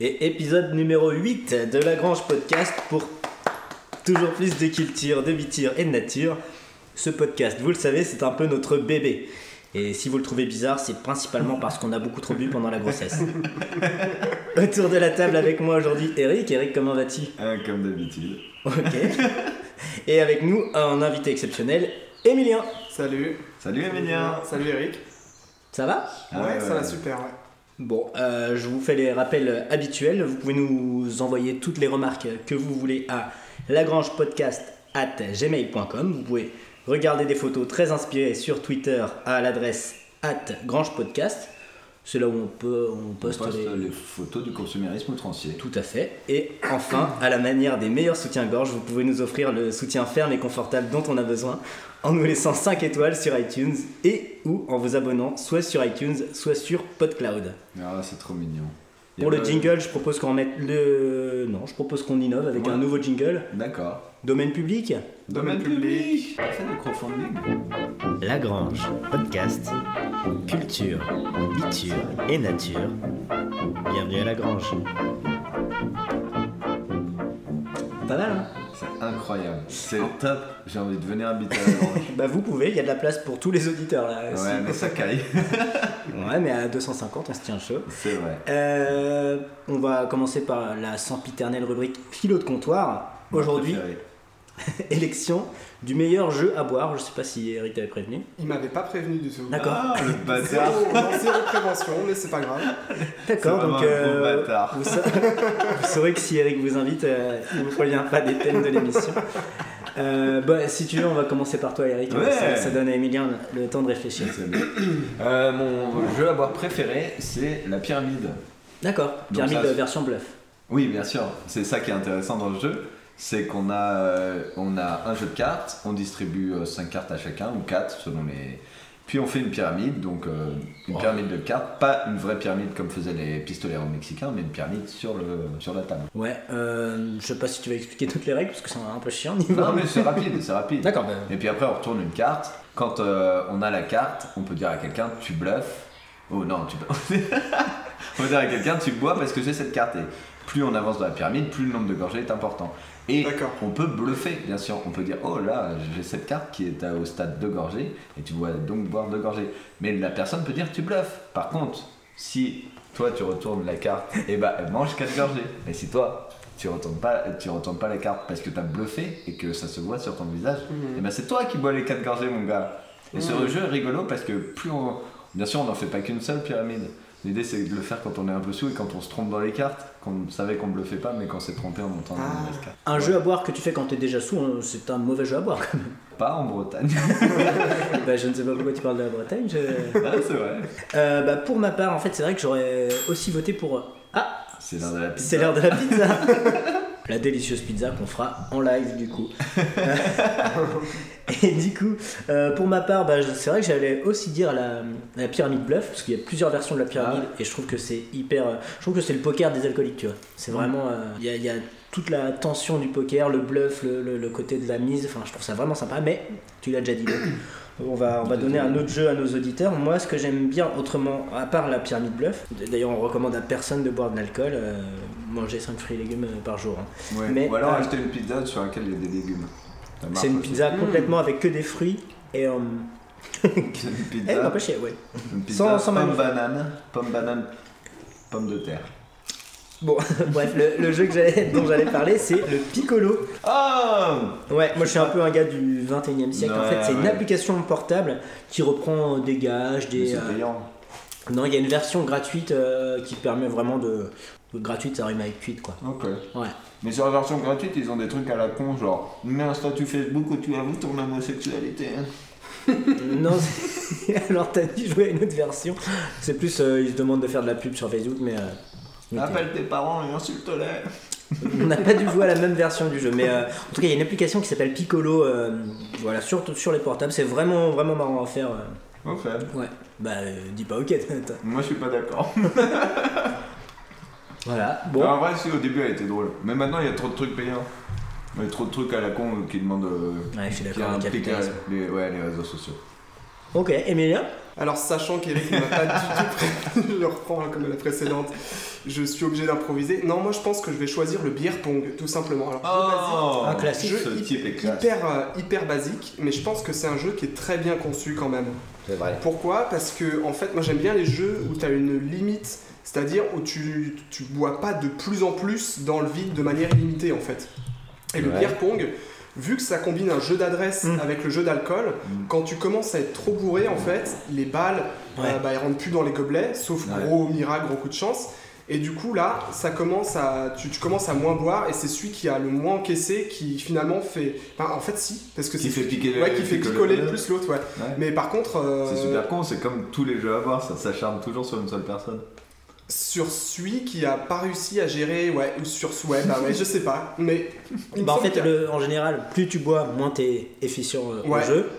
Et épisode numéro 8 de La Grange Podcast pour toujours plus de culture, de bitir et de nature. Ce podcast, vous le savez, c'est un peu notre bébé. Et si vous le trouvez bizarre, c'est principalement parce qu'on a beaucoup trop bu pendant la grossesse. Autour de la table avec moi aujourd'hui, Eric. Eric, comment vas-tu Ah, comme d'habitude. Ok. Et avec nous, un invité exceptionnel, Emilien. Salut. Salut Emilien Salut Eric. Ça va Ah ouais, ouais, ça ouais. va super, ouais. Bon, euh, je vous fais les rappels habituels. Vous pouvez nous envoyer toutes les remarques que vous voulez à lagrangepodcast.gmail.com. Vous pouvez regarder des photos très inspirées sur Twitter à l'adresse at grangepodcast. C'est là où on, peut, on On poste, poste les- les photos du consumérisme outrancier. Tout à fait. Et enfin, à la manière des meilleurs soutiens-gorge, vous pouvez nous offrir le soutien ferme et confortable dont on a besoin en nous laissant 5 étoiles sur iTunes et ou en vous abonnant soit sur iTunes, soit sur PodCloud. Ah, c'est trop mignon. Et Pour le bah, jingle, je propose qu'on mette le. Non, je propose qu'on innove avec Ouais. un nouveau jingle. D'accord. Domaine public Domaine public. C'est le crowdfunding. La Grange, podcast, culture, biture et nature. Bienvenue à La Grange. Pas mal, hein C'est incroyable. C'est Ah. top. J'ai envie de venir habiter à la grange. Bah, vous pouvez, il y a de la place pour tous les auditeurs là. aussi. ouais, mais ça caille. Ouais, mais à 250, on se tient chaud. C'est vrai. Euh, on va commencer par la sempiternelle rubrique philo de comptoir. Mon Aujourd'hui, préféré. élection du meilleur jeu à boire. Je sais pas si Eric t'avait prévenu. Il m'avait pas prévenu du tout. D'accord. Ah, le bâtard. Zéro, non, zéro prévention, mais c'est pas grave. D'accord, C'est vraiment donc euh, un gros bâtard. vous, sa- vous saurez que si Eric vous invite, euh, il ne vous prévient pas des thèmes de l'émission. Euh, bah, si tu veux, on va commencer par toi, Eric. Ouais. Ça, ça donne à Emilien le temps de réfléchir. C'est bien. Euh, mon jeu à boire préféré, c'est la pyramide. D'accord, pyramide ça- version bluff. Oui, bien sûr. C'est ça qui est intéressant dans le jeu. C'est qu'on a, euh, on a un jeu de cartes, on distribue 5 cartes à chacun, ou 4 selon les. Puis on fait une pyramide, donc euh, une Wow. pyramide de cartes, pas une vraie pyramide comme faisaient les pistoleros mexicains, mais une pyramide sur, le, sur la table. Ouais, euh, je sais pas si tu vas expliquer toutes les règles parce que c'est un peu chiant. on y va. Non, mais c'est rapide, c'est rapide. D'accord, bah, Et puis après, on retourne une carte. Quand euh, on a la carte, on peut dire à quelqu'un tu bluffes. Oh non, tu On peut dire à quelqu'un tu bois parce que j'ai cette carte. Et plus on avance dans la pyramide, plus le nombre de gorgées est important. Et D'accord. on peut bluffer, bien sûr. On peut dire oh là, j'ai cette carte qui est à- au stade de gorgées et tu dois donc boire deux gorgées. Mais la personne peut dire tu bluffes. Par contre, si toi tu retournes la carte, et bah elle mange quatre gorgées. Mais si toi tu retournes pas, tu retournes pas la carte parce que t'as bluffé et que ça se voit sur ton visage, Mhm. et ben c'est toi qui bois les quatre gorgées, mon gars. Et ce jeu est rigolo parce que plus on. Bien sûr, on n'en fait pas qu'une seule pyramide. L'idée, c'est de le faire quand on est un peu sous et quand on se trompe dans les cartes, qu'on savait qu'on bluffait pas, mais qu'on s'est trompé en montant dans Ah. les mauvaises cartes. Un Ouais. jeu à boire que tu fais quand t'es déjà sous, hein, c'est un mauvais jeu à boire. Pas en Bretagne. bah, je ne sais pas pourquoi tu parles de la Bretagne. je- Ah, c'est vrai. Euh, bah, pour ma part, en fait, c'est vrai que j'aurais aussi voté pour. Ah, C'est l'heure de la pizza. C'est l'heure de la pizza. la délicieuse pizza qu'on fera en live du coup. Et du coup, euh, pour ma part, bah, je- c'est vrai que j'allais aussi dire la, la pyramide bluff, parce qu'il y a plusieurs versions de la pyramide, et je trouve que c'est hyper... euh, Je trouve que c'est le poker des alcooliques, tu vois. C'est vraiment... euh, Il y, a, il y a toute la tension du poker, le bluff, le, le- le côté de la mise, enfin je trouve ça vraiment sympa, mais tu l'as déjà dit. donc On va, on va donner un autre jeu à nos auditeurs. Moi, ce que j'aime bien autrement, à part la pyramide bluff, d'ailleurs, on recommande à personne de boire de l'alcool, euh, manger 5 fruits et légumes euh, par jour. hein. Ouais. Mais, Ou alors euh, acheter une pizza sur laquelle il y a des légumes. Ça marche C'est une aussi. pizza complètement avec que des fruits et. euh, C'est une eh, pizza. non, pas chier, ouais. Une pizza sans pomme manif- banane, pomme banane, pomme de terre. Bon, bref, le, le jeu que j'allais- dont j'allais parler, c'est le Piccolo. Oh Ouais, moi je suis un peu un gars du 21 e siècle. en Ouais, fait, c'est une ouais. application portable qui reprend euh, des gages, Mais des. C'est euh, payant. Non, il y a une version gratuite euh, qui permet vraiment de. Gratuite, ça rime avec cuite, quoi. Ok. Ouais. Mais sur la version gratuite, ils ont des trucs à la con, genre mets un statut Facebook où tu avoues ton homosexualité. hein. Non, c'est- alors t'as dit jouer à une autre version. C'est plus, euh, ils se demandent de faire de la pub sur Facebook, mais. euh, mais t'es- Appelle tes parents et insulte-les. On n'a pas dû jouer à la même version du jeu, mais euh, en tout cas, il y a une application qui s'appelle Piccolo, euh, voilà, sur, sur les portables. C'est vraiment, vraiment marrant à faire. euh. Ok. Ouais. Bah, euh, dis pas ok. t'as- Moi je suis pas d'accord. voilà. Bon. En vrai, si au début elle était drôle. Mais maintenant il y a trop de trucs payants. Il y a trop de trucs à la con euh, qui demandent. euh, Ouais, je suis qui d'accord avec le impliquent euh, capitalisme. les, ouais, les réseaux sociaux. Ok, Emilien Alors, sachant qu'Eric ne m'a pas du tout prévenu, je le reprends hein, comme la précédente. je suis obligé d'improviser. Non, moi je pense que je vais choisir le bière pong, tout simplement. Alors, Oh, Un classique. Ce Jeu type est classe. hyper, euh, hyper basique, mais je pense que c'est un jeu qui est très bien conçu quand même. C'est vrai. Pourquoi Parce que en fait, moi j'aime bien les jeux où tu as une limite, c'est-à-dire où tu, tu bois pas de plus en plus dans le vide de manière illimitée en fait. Et le Ouais. beer pong, vu que ça combine un jeu d'adresse Mm. avec le jeu d'alcool, Mm. quand tu commences à être trop bourré en fait, les balles, Ouais. euh, bah, elles rentrent plus dans les gobelets, sauf Ouais. gros miracle, gros coup de chance. Et du coup là, ça commence à, tu, tu commences à moins boire et c'est celui qui a le moins encaissé qui finalement fait, enfin, en fait si, parce que Qui c'est fait piquer le- ouais, qui fait piquer le- picoler plus l'autre, ouais. Ouais. Mais par contre, euh, C'est super con, c'est comme tous les jeux à boire, ça s'acharne toujours sur une seule personne. sur celui qui a pas réussi à gérer, ouais, ou sur ouais, bah ouais, je sais pas, mais il me Bah, en semble fait, qu'il y a- le- en général, plus tu bois, moins t'es efficient euh, au Ouais. jeu.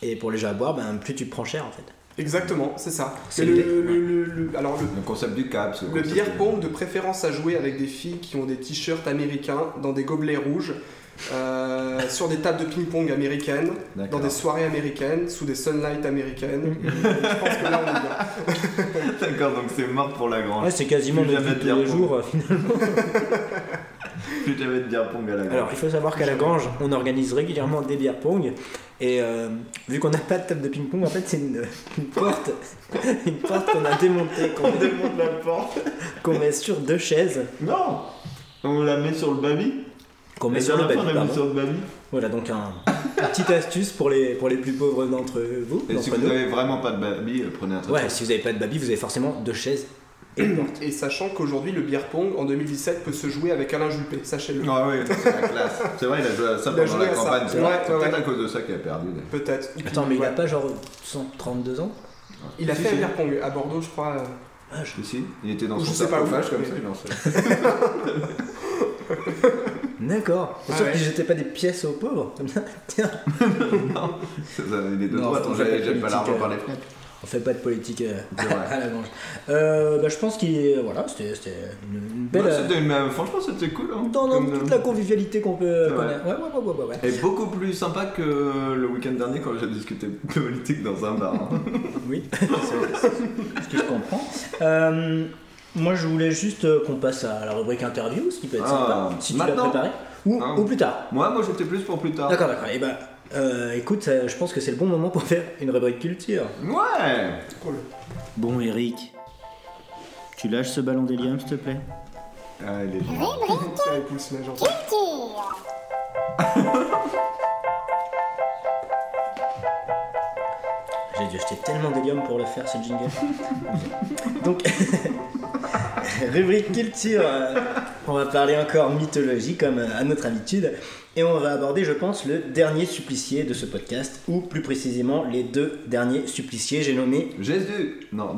Et pour les jeux à boire, ben, plus tu prends cher en fait. exactement, c'est ça. C'est Et le, l'idée, le- le- le- alors le, Le concept du cap, c'est le concept beer de- pong de préférence à jouer avec des filles qui ont des t-shirts américains dans des gobelets rouges. euh, sur des tables de ping-pong américaines, dans D'accord. des soirées américaines, sous des sunlight américaines. Je pense que là on est bien. D'accord, donc c'est mort pour la grange. Ouais, c'est quasiment Plus notre jamais vie de de tous les bière jours. euh, finalement. Plus jamais de beer pong à la Alors, grange. il faut savoir qu'à la Grange, on organise régulièrement des bières pong. Et euh, vu qu'on n'a pas de table de ping-pong, en fait, c'est une, une porte, une porte qu'on a démontée, qu'on On démonte la porte. qu'on met sur deux chaises, Non On la met sur le baby qu'on La met sur le baby. dernière fois, on l'a mis pardon. sur le baby. Voilà, donc un, une petite astuce pour les, pour les plus pauvres d'entre vous. Et si d'entre vous nous. n'avez vraiment pas de baby, euh, prenez un truc. Ouais, si vous n'avez pas de baby, vous avez forcément deux chaises et une porte. Et sachant qu'aujourd'hui le beer pong en 2017 peut se jouer avec Alain Juppé, sachez-le. Ah oui, c'est la classe. C'est vrai, il a joué à ça Il a pendant joué la à ça. campagne. C'est Ouais, c'est ouais, peut-être ouais. à cause de ça qu'il a perdu. d'ailleurs. Peut-être. Attends, mais il Ouais. a pas genre 132 ans Il a Si, fait un si. beer pong à Bordeaux, je crois. euh. Ah, je- Si, si, il était dans Je son sais pas où, sarcophage comme mais- ça, il en fait. D'accord. Ah Sauf ouais. qu'ils jetaient pas des pièces aux pauvres, comme ça. Tiens, Ça, ça, Il est de Non, droite, faut on pas jette être jette pas politique, l'argent euh. par les fenêtres. on fait pas de politique euh, C'est vrai. à la grange. Euh, bah, je pense qu'il est. Voilà, c'était c'était une, une belle. Ouais, euh, c'était une- euh, franchement, c'était cool. hein, dans, dans comme, toute euh, la convivialité qu'on peut. C'est qu'on vrai. a. Ouais, ouais, ouais, ouais, ouais, ouais. Et beaucoup plus sympa que le week-end dernier quand j'ai discuté politique dans un bar. hein. Oui, c'est ce que je comprends. Euh, moi, je voulais juste euh, qu'on passe à la rubrique interview, ce qui peut être sympa, Ah, si tu l'as maintenant préparé, ou, Ah. ou plus tard. moi, moi j'étais plus pour plus tard. D'accord, d'accord. Et ben, euh, écoute, euh, je pense que c'est le bon moment pour faire une rubrique culture. Ouais Cool. Bon, Eric, tu lâches ce ballon d'hélium, s'il te plaît Ah, il est génial. Ça les poules, mais j'entends. J'ai dû acheter tellement d'hélium pour le faire, ce jingle. Donc, rubrique culture, euh, on va parler encore mythologie comme euh, à notre habitude. Et on va aborder, je pense, le dernier supplicié de ce podcast, ou plus précisément les deux derniers suppliciés. J'ai nommé Jésus Non,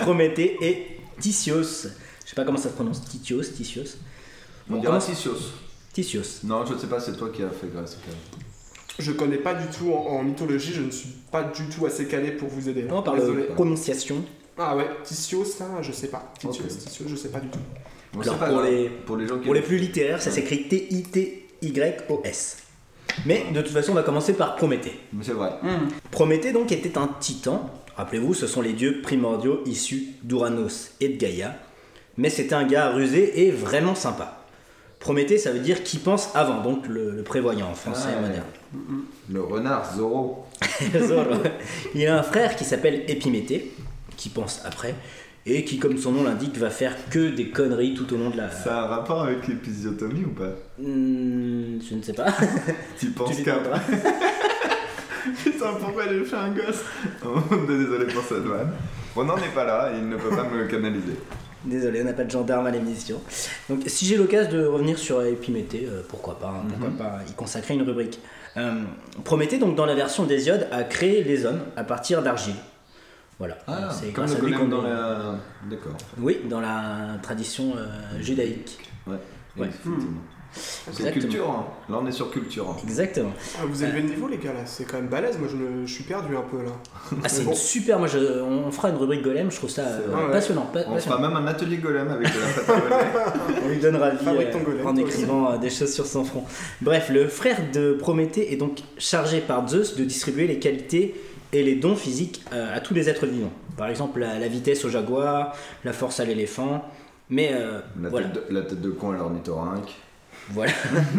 Prométhée et Titios. Je sais pas comment ça se prononce, Titios, Titios. on Bon, dira comment- Titios. Titios. Non, je sais pas, c'est toi qui as fait grâce. quand même. Je connais pas du tout en, en mythologie, je ne suis pas du tout assez calé pour vous aider. Non, par la Désolé. prononciation. Ah ouais, Titios là, je sais pas. Titios, Ok. Titios, je sais pas du tout. Bon, Alors, c'est pas pour grave. les- pour les gens qui. Pour les plus littéraires, ça s'écrit T-I-T-Y-O-S. Mais de toute façon, on va commencer par Prométhée. Mais c'est vrai. Hum. Prométhée donc était un titan. Rappelez-vous, ce sont les dieux primordiaux issus d'Ouranos et de Gaïa. Mais c'était un gars rusé et vraiment sympa. Prométhée, ça veut dire qui pense avant, donc le, le prévoyant en français Ah, ouais. moderne. Le renard Zoro. Zorro. Il a un frère qui s'appelle Épiméthée, qui pense après, et qui, comme son nom l'indique, va faire que des conneries tout au long de la. Ça a un rapport avec l'épisiotomie ou pas Hmm, je ne sais pas. Tu penses Tu lui qu'à. demanderas. Putain, pourquoi j'ai fait un gosse Oh, Désolé pour cette vanne. Ronan n'est pas là, il ne peut pas me canaliser. Désolé, on n'a pas de gendarme à l'émission. Donc, si j'ai l'occasion de revenir sur Épiméthée, euh, pourquoi pas, hein, Mhm. pourquoi pas y consacrer une rubrique. Euh, Prométhée, donc, dans la version d'Hésiode, a créé les hommes à partir d'argile. Voilà. Donc, Ah, comme Ah, grâce le à lui golem qu'on dans est- la. D'accord. Oui, dans la tradition euh, judaïque. Ouais. Ouais. Hmm. Effectivement. C'est Exactement. culture, hein. Là, on est sur culture. hein. Exactement. Ah, vous élevez le niveau les gars là, c'est quand même balèze, moi je, me- je suis perdu un peu là. Ah, c'est Bon. une super. Moi, je- on fera une rubrique golem. Je trouve ça C'est euh, vrai. passionnant. pa- On passionnant. fera même un atelier golem avec de la pâte à gobelet. On lui donnera vie Fabrique euh, ton golem, en toi écrivant euh, des choses sur son front. Bref, le frère de Prométhée est donc chargé par Zeus de distribuer les qualités et les dons physiques euh, à tous les êtres vivants. Par exemple, la, la vitesse au jaguar, la force à l'éléphant, Mais euh, La, voilà. tête de, la tête de con à l'ornithorynque. voilà.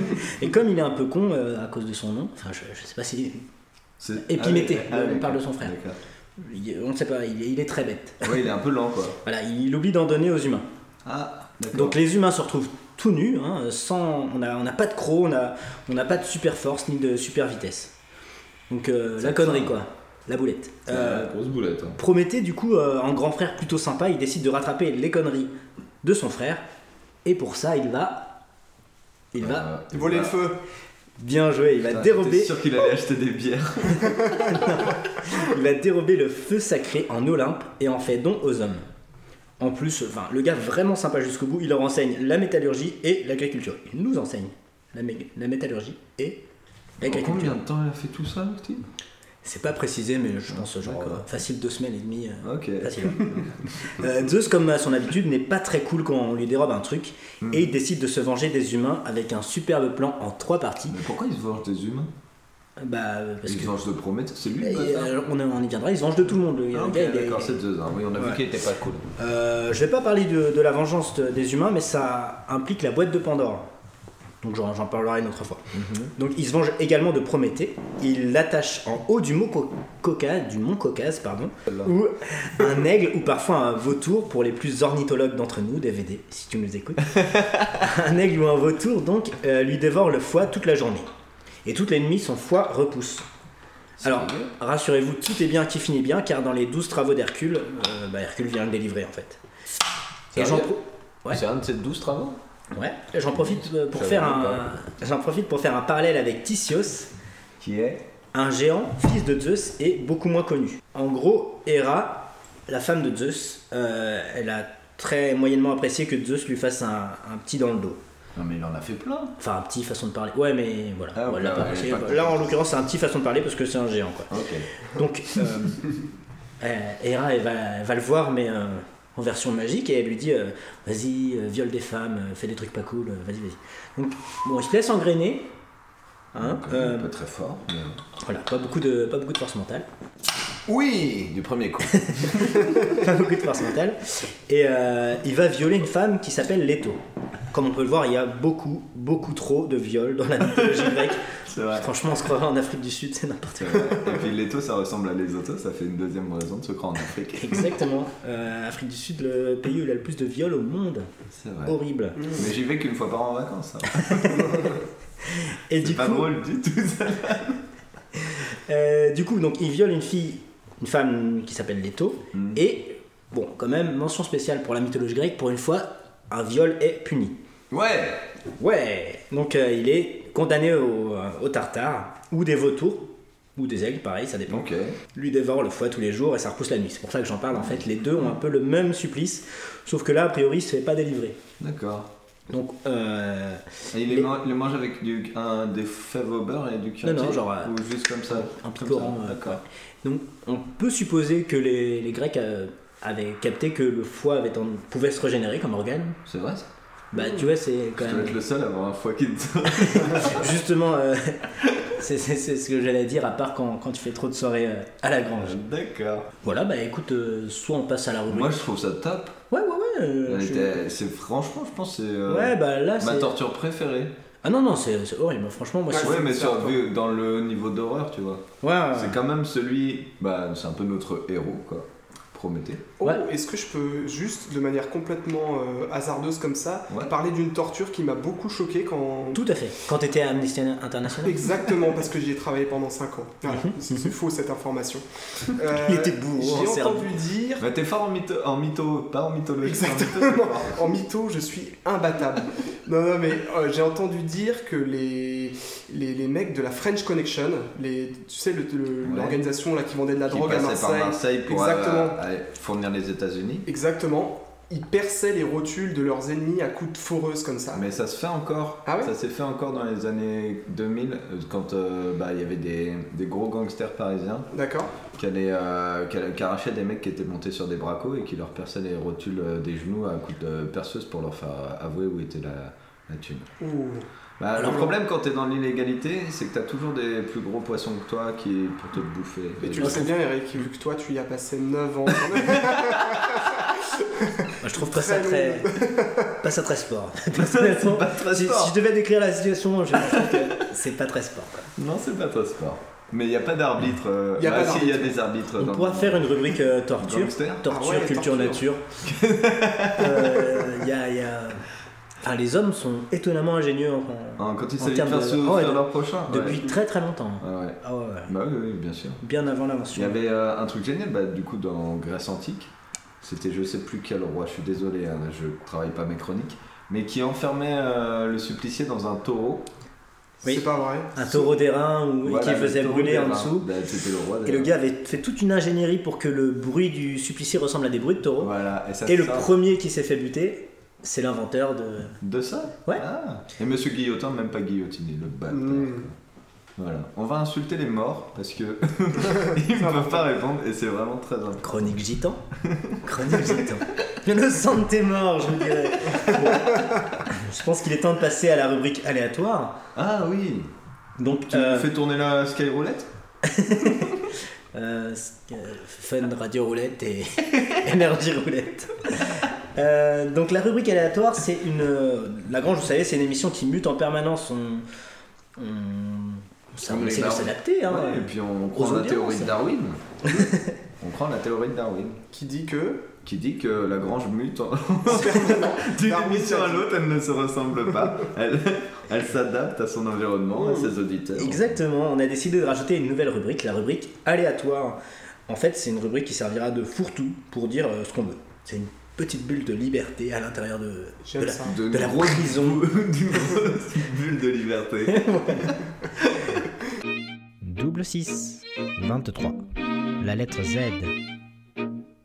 Et comme il est un peu con euh, à cause de son nom, enfin, je, je sais pas si. C'est- Épiméthée, Ah, oui, on d'accord, euh, parle de son frère. d'accord. il- on ne sait pas, il, est- il est très bête. Ouais, il est un peu lent quoi. Voilà, il oublie d'en donner aux humains. Ah, d'accord. Donc les humains se retrouvent tout nus, hein, sans, on n'a on n'a pas de crocs, on n'a on n'a pas de super force ni de super vitesse. Donc euh, la connerie quoi, la boulette. C'est Euh, la grosse boulette. hein. Prométhée, du coup, euh, en grand frère plutôt sympa, il décide de rattraper les conneries de son frère. Et pour ça, il va. Il va. Euh, Voler voilà. le feu. Bien joué, il va Putain, dérober. j'étais sûr qu'il allait acheter des bières. Il va dérober le feu sacré en Olympe et en fait don aux hommes. En plus, enfin, le gars vraiment sympa jusqu'au bout, il leur enseigne la métallurgie et l'agriculture. Il nous enseigne la, mé- la métallurgie et En l'agriculture. combien de temps il a fait tout ça, le type C'est pas précisé, mais je pense genre D'accord. euh, facile deux semaines et demie. euh, Ok. Facile. Euh, Zeus, comme à son habitude, n'est pas très cool quand on lui dérobe un truc Hmm. et il décide de se venger des humains avec un superbe plan en trois parties. Mais pourquoi il se venge des humains Bah, euh, parce Il se que. venge de Prométhée C'est lui Et, le bâtard euh, on, on y viendra, il se venge de tout le monde. le Ah, ok, gars, il est- d'accord, c'est deux ans. Oui, on a Ouais. vu qu'il était pas cool. Euh, je vais pas parler de, de la vengeance de- des humains, mais ça implique la boîte de Pandore. Donc j'en j'en parlerai une autre fois. Donc il se venge également de Prométhée. Il l'attache en haut du mont, Co- Caucase, du mont Caucase, pardon, où un aigle ou parfois un vautour, pour les plus ornithologues d'entre nous, DVD, si tu nous écoutes, un aigle ou un vautour donc euh, lui dévore le foie toute la journée. Et toute la nuit, son foie repousse. Alors, Sérieux rassurez-vous, tout est bien qui finit bien, car dans les 12 travaux d'Hercule, euh, bah, Hercule vient le délivrer en fait. Et j'en Sérieux pro- Ouais. C'est un de ses douze travaux ouais, j'en profite, euh, pour J'avais faire même un... j'en profite pour faire un parallèle avec Tisios, Qui est un géant, fils de Zeus et beaucoup moins connu. En gros, Hera, la femme de Zeus, euh, elle a très moyennement apprécié que Zeus lui fasse un, un petit dans le dos. Non, mais il en a fait plein. Enfin, un petit façon de parler. Ouais, mais voilà. Ah, Ouais, elle l'a bah, pas elle apprécié. est pas- Là, en l'occurrence, c'est un petit façon de parler parce que c'est un géant, quoi. Ok. Donc, euh, euh, Hera, elle va, elle va le voir, mais euh, en version magique, et elle lui dit euh, Vas-y, euh, viole des femmes, euh, fais des trucs pas cool, euh, vas-y, vas-y. Donc, bon, il se laisse engrainer. Hein, Donc, euh, Pas très fort. mais- voilà, pas beaucoup, de, pas beaucoup de force mentale. Oui Du premier coup. pas beaucoup de force mentale. Et euh, il va violer une femme qui s'appelle Leto. Comme on peut le voir, il y a beaucoup, beaucoup trop de viols dans la mythologie grecque. C'est vrai. Franchement, on se croirait en Afrique du Sud, c'est n'importe C'est vrai. Et puis les taux, ça ressemble à les autos, ça fait une deuxième raison de se croire en Afrique. quoi. Exactement. Euh, Afrique du Sud, le pays où il y a le plus de viols au monde. C'est vrai. Horrible. Oh. Mais j'y vais qu'une fois par an en vacances. ça. Et C'est du pas coup, drôle du tout ça. euh, du coup, donc, il viole une fille, une femme qui s'appelle Leto. Mm. Et bon, quand même, mention spéciale pour la mythologie grecque. Pour une fois, un viol est puni. Ouais Ouais, donc euh, il est condamné au, euh, au tartare, ou des vautours, ou des aigles, pareil, ça dépend. Ok. Lui dévore le foie tous les jours et ça repousse la nuit. C'est pour ça que j'en parle, en fait, les deux ont un peu le même supplice, sauf que là, a priori, il se fait pas délivrer. D'accord. Donc, euh, Et il les, Mais- man- il les mange avec du, un, des fèves au beurre et du curry non, genre, euh, Ou juste comme ça un Comme picorant. ça, euh, D'accord. ouais. Donc, on peut supposer que les, les Grecs euh, avaient capté que le foie avait ten- pouvait se régénérer comme organe. C'est vrai ça Bah, Mmh. tu vois, c'est quand Je dois même. être le seul à avoir un foie qui me Justement, euh, c'est c'est- c'est ce que j'allais dire, à part quand, quand tu fais trop de soirées euh, à la grange. D'accord. Voilà, bah écoute, euh, soit on passe à la rubrique. Moi je trouve ça top. Ouais, ouais, ouais. euh, Elle je- était- C'est franchement, je pense, c'est euh, Ouais, bah là, ma c'est. torture préférée. Ah non, non, c'est c'est horrible. Franchement, moi, Ouais, Ah je- Ouais, mais c'est sur, hardcore. vu dans le niveau d'horreur, tu vois. Ouais, ouais. C'est quand même celui. Bah, c'est un peu notre héros, quoi. Prométhée. Oh, Ouais. Est-ce que je peux juste, de manière complètement euh, hasardeuse comme ça, Ouais. parler d'une torture qui m'a beaucoup choqué quand... Tout à fait. Quand t'étais à Amnesty International, Exactement, parce que j'y ai travaillé pendant 5 ans. Voilà, c'est c'est faux cette information. Euh, Il était bourré en J'ai Serbie. entendu dire Bah, t'es fort en mytho, en mytho, pas en mythologie. en mytho, Exactement. en mytho, je suis imbattable. Non, non, mais euh, j'ai entendu dire que les, les, les mecs de la French Connection, les, tu sais, le- le- Ouais. l'organisation là qui vendait de la qui drogue à passait par Marseille, Marseille pour Exactement. euh, aller fournir les États-Unis. exactement, ils perçaient les rotules de leurs ennemis à coups de foreuse comme ça. Mais ça se fait encore. Ah ouais ça s'est fait encore dans les années 2000, euh, quand euh, bah, il y avait des, des gros gangsters parisiens D'accord qui, allaient, euh, qui, allaient- qui arrachaient des mecs qui étaient montés sur des bracos et qui leur perçaient les rotules euh, des genoux à coups de perceuse pour leur faire euh, avouer où était la, la thune. Ouh. Bah, Alors, le problème quand t'es dans l'illégalité, c'est que t'as toujours des plus gros poissons que toi qui pour te bouffer. Et tu Et- le sais bien, Eric, vu que toi tu y as passé 9 ans. Moi, je trouve pas ça Très très. pas ça très sport. Personnellement, pas très si- sport. Si, je devais décrire la situation, je trouve que c'est pas très sport. quoi. Non, c'est pas trop sport. Mais il n'y a pas d'arbitre. euh, Y a bah pas si, il y a des arbitres. On dans- pourra faire une rubrique euh, torture. Gangster Torture, Ah ouais, culture, torture. nature. Euh, y a, y a- enfin, les hommes sont étonnamment ingénieux enfin, Hein, quand ils En s'agit de termes faire de- ce- oh, ouais, faire de- leur prochain. ouais. depuis très très longtemps. Ah ouais. Ah ouais, ouais. Bah oui, oui, bien sûr. Bien avant Il y l'invention. avait euh, un truc génial, bah, du coup, dans Grèce antique, c'était je sais plus quel roi, je suis désolé, hein, je travaille pas mes chroniques, mais qui enfermait euh, le supplicié dans un taureau. Oui. C'est pas vrai. Un taureau d'airain ou- Voilà, qui le faisait taureau brûler en d'airain. dessous. Bah, c'était le roi Et le d'airain. gars avait fait toute une ingénierie pour que le bruit du supplicié ressemble à des bruits de taureau. Voilà, et ça Et le ça- premier qui s'est fait buter, c'est l'inventeur de. De ça Ouais. Ah. Et monsieur Guillotin, même pas guillotiné, le bâtard. Mm. quoi. Voilà. On va insulter les morts parce que ils ne peuvent pas répondre et c'est vraiment très important. Chronique gitan Chronique gitan. Le sang de tes morts, je vous dirais. Bon. Je pense qu'il est temps de passer à la rubrique aléatoire. Ah oui Donc, Tu euh, fais tourner la Skyroulette euh, sc- euh, fun radio roulette et énergie roulette. Euh, donc la rubrique aléatoire, c'est une... euh, La Grange, vous savez, c'est une émission qui mute en permanence. On, on, on s- On on essaie de est s'adapter. Hein. Ouais, Et puis on croit en la audiences. théorie de Darwin. on croit en la théorie de Darwin Qui dit que. qui dit que la grange mute en- d'une Darwin émission à a dit. l'autre, elle ne se ressemble pas. Elle, elle s'adapte à son environnement, à ses auditeurs. Exactement, on a décidé de rajouter une nouvelle rubrique, la rubrique aléatoire. En fait, c'est une rubrique qui servira de fourre-tout pour dire euh, ce qu'on veut. C'est une petite bulle de liberté à l'intérieur de, de J'aime la, ça. De, de la grosse, prison. d'une grosse bulle de liberté. Double 6, 23. La lettre Z.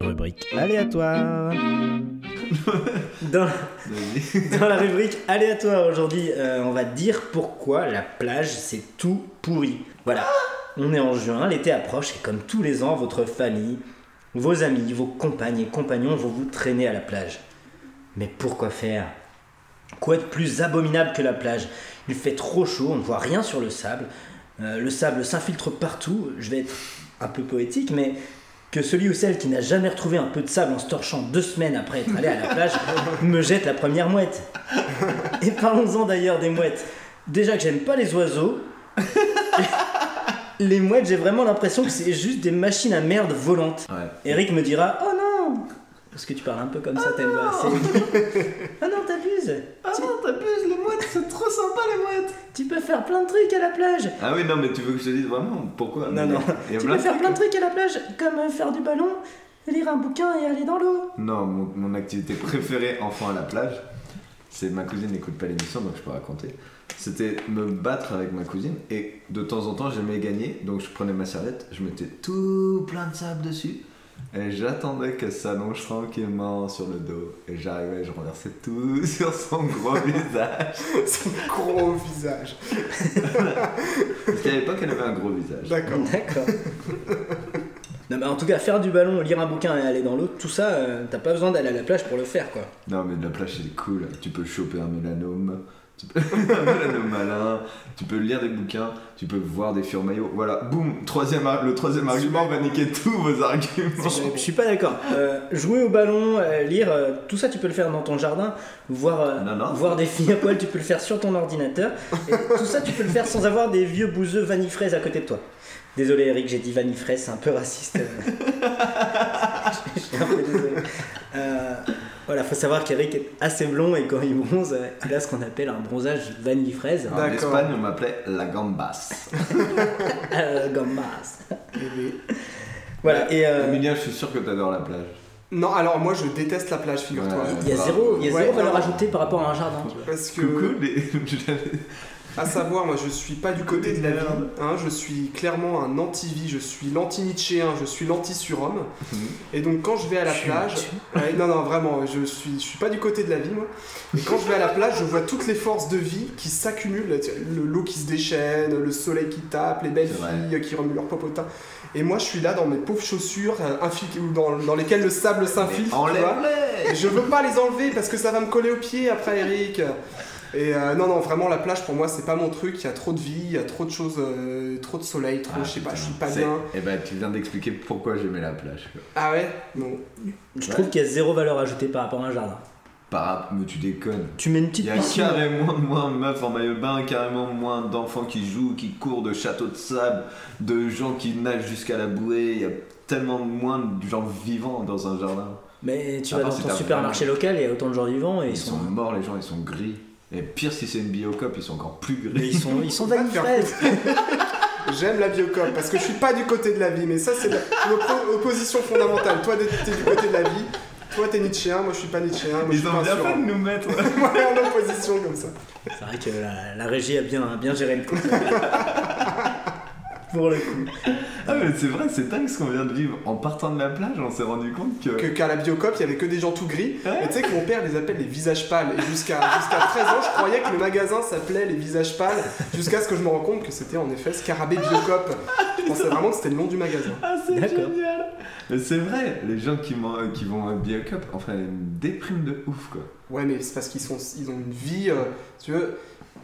Rubrique aléatoire. Dans, Vas-y. dans la rubrique aléatoire aujourd'hui, euh, on va dire pourquoi la plage c'est tout pourri. Voilà. On est en juin, l'été approche et comme tous les ans, votre famille, vos amis, vos compagnes et compagnons vont vous traîner à la plage. Mais pourquoi faire Quoi de plus abominable que la plage Il fait trop chaud, on ne voit rien sur le sable. Euh, le sable s'infiltre partout. Je vais être un peu poétique, mais que celui ou celle qui n'a jamais retrouvé un peu de sable en se torchant deux semaines après être allé à la plage me jette la première mouette. Et parlons-en d'ailleurs des mouettes. Déjà que j'aime pas les oiseaux, les mouettes, j'ai vraiment l'impression que c'est juste des machines à merde volantes. Ouais. Eric me dira Oh non Parce que tu parles un peu comme ça, t'as une voix assez. oh non, t'abuses Ah non, t'abuses, les mouettes, c'est trop sympa les mouettes Tu peux faire plein de trucs à la plage Ah oui, non, mais tu veux que je te dise vraiment pourquoi Non, Mais non. il y a Tu plein peux de faire trucs. hein. plein de trucs à la plage, comme euh, faire du ballon, lire un bouquin et aller dans l'eau. Non, mon, mon activité préférée enfant à la plage, c'est ma cousine n'écoute pas l'émission, donc je peux raconter. C'était me battre avec ma cousine et de temps en temps j'aimais gagner, donc je prenais ma serviette, je mettais tout plein de sable dessus et j'attendais qu'elle s'allonge tranquillement sur le dos et j'arrivais, je renversais tout sur son gros visage. Son gros visage. Parce qu'à l'époque elle avait un gros visage. D'accord. D'accord. non, mais en tout cas, faire du ballon, lire un bouquin et aller dans l'eau, tout ça, euh, t'as pas besoin d'aller à la plage pour le faire, quoi. Non mais la plage c'est cool, tu peux choper un mélanome, tu peux... un mélanome malin, tu peux lire des bouquins, tu peux voir des furs maillots, voilà, boum, troisième ar- le troisième argument va niquer tous vos Je, arguments. je suis pas d'accord. Euh, jouer au ballon, euh, lire, euh, tout ça, tu peux le faire dans ton jardin. Voir, euh, Non, non. voir des filles à poil, tu peux le faire sur ton ordinateur. Et tout ça, tu peux le faire sans avoir des vieux bouseux vanifraises à côté de toi. Désolé, Eric, j'ai dit vanifraise, c'est un peu raciste. Je suis un peu désolé. Euh, voilà, faut savoir qu'Eric est assez blond et quand il bronze, euh, il a ce qu'on appelle un bronzage hein. vanifraise. En D'accord. Espagne on m'appelait la gambas. Euh, gambas. Voilà, et. euh, Emilia je suis sûr que t'adores la plage. Non, alors moi je déteste la plage, figure-toi. Ouais. il y a zéro, il y a zéro Ouais, valeur non. ajoutée par rapport à un jardin. tu vois. Parce que. Coucou les... j'avais- À savoir, moi je suis pas du côté de la vie, hein, je suis clairement un anti-vie, je suis l'anti-Nietzschéen, je suis l'anti-surhomme. Mhm. Et donc quand je vais à la plage, Ouais, non, non, vraiment, je suis, je suis pas du côté de la vie, moi. Et quand je vais à la plage, je vois toutes les forces de vie qui s'accumulent. Tu vois, le- L'eau qui se déchaîne, le soleil qui tape, les belles C'est vrai. filles qui remuent leur popotin. Et moi, je suis là dans mes pauvres chaussures, euh, infil- ou dans, dans lesquelles le sable s'infiltre. tu vois. Enlève-les Et Je veux pas les enlever parce que ça va me coller aux pieds après, Eric. Et euh, non, non, vraiment, la plage pour moi, c'est pas mon truc. Il y a trop de vie, il y a trop de choses, euh, trop de soleil, trop, Ah, je sais pas, putain, je suis pas c'est- bien. Eh ben, tu viens d'expliquer pourquoi j'aimais la plage. quoi. Ah ouais Bon. Je Ouais. trouve qu'il y a zéro valeur ajoutée par rapport à un jardin. Par mais tu déconnes. Tu mets une Il petite y a piscine. carrément moins de meufs en maillot de bain, carrément moins d'enfants qui jouent, qui courent de châteaux de sable, de gens qui nagent jusqu'à la bouée. Il y a tellement moins de gens vivants dans un jardin. Mais tu Ah, vas non, dans c'est ton un- supermarché local, il y a autant de gens vivants et Ils sont morts, les gens, ils sont gris. Et pire, si c'est une biocop, ils sont encore plus Mais gris. ils sont, ils sont vanille faire fraise. J'aime la biocop parce que je suis pas du côté de la vie, mais ça, c'est la- l'oppo- l'opposition fondamentale. Toi, t'es t'es du côté de la vie, toi, t'es Nietzschéen, moi, je suis pas Nietzschéen, moi, je suis ont pas bien fait sûr. de nous mettre. Moi, en opposition comme ça. C'est vrai que la, la régie a bien, a bien géré le coup. Pour le coup. Ah, mais c'est vrai, c'est dingue ce qu'on vient de vivre. En partant de la plage, on s'est rendu compte que. Que qu'à la biocop, il y avait que des gens tout gris. Ouais. Et tu sais que mon père les appelle les visages pâles. Et jusqu'à jusqu'à 13 ans, je croyais que le magasin s'appelait les visages pâles. Jusqu'à ce que je me rende compte que c'était en effet Scarabée Biocop. Je pensais vraiment que c'était le nom du magasin. Ah, c'est D'accord. génial! Mais c'est vrai, les gens qui, m'en- qui vont à Biocop, enfin, ils me dépriment de ouf quoi. Ouais, mais c'est parce qu'ils sont, ils ont une vie, euh, tu veux,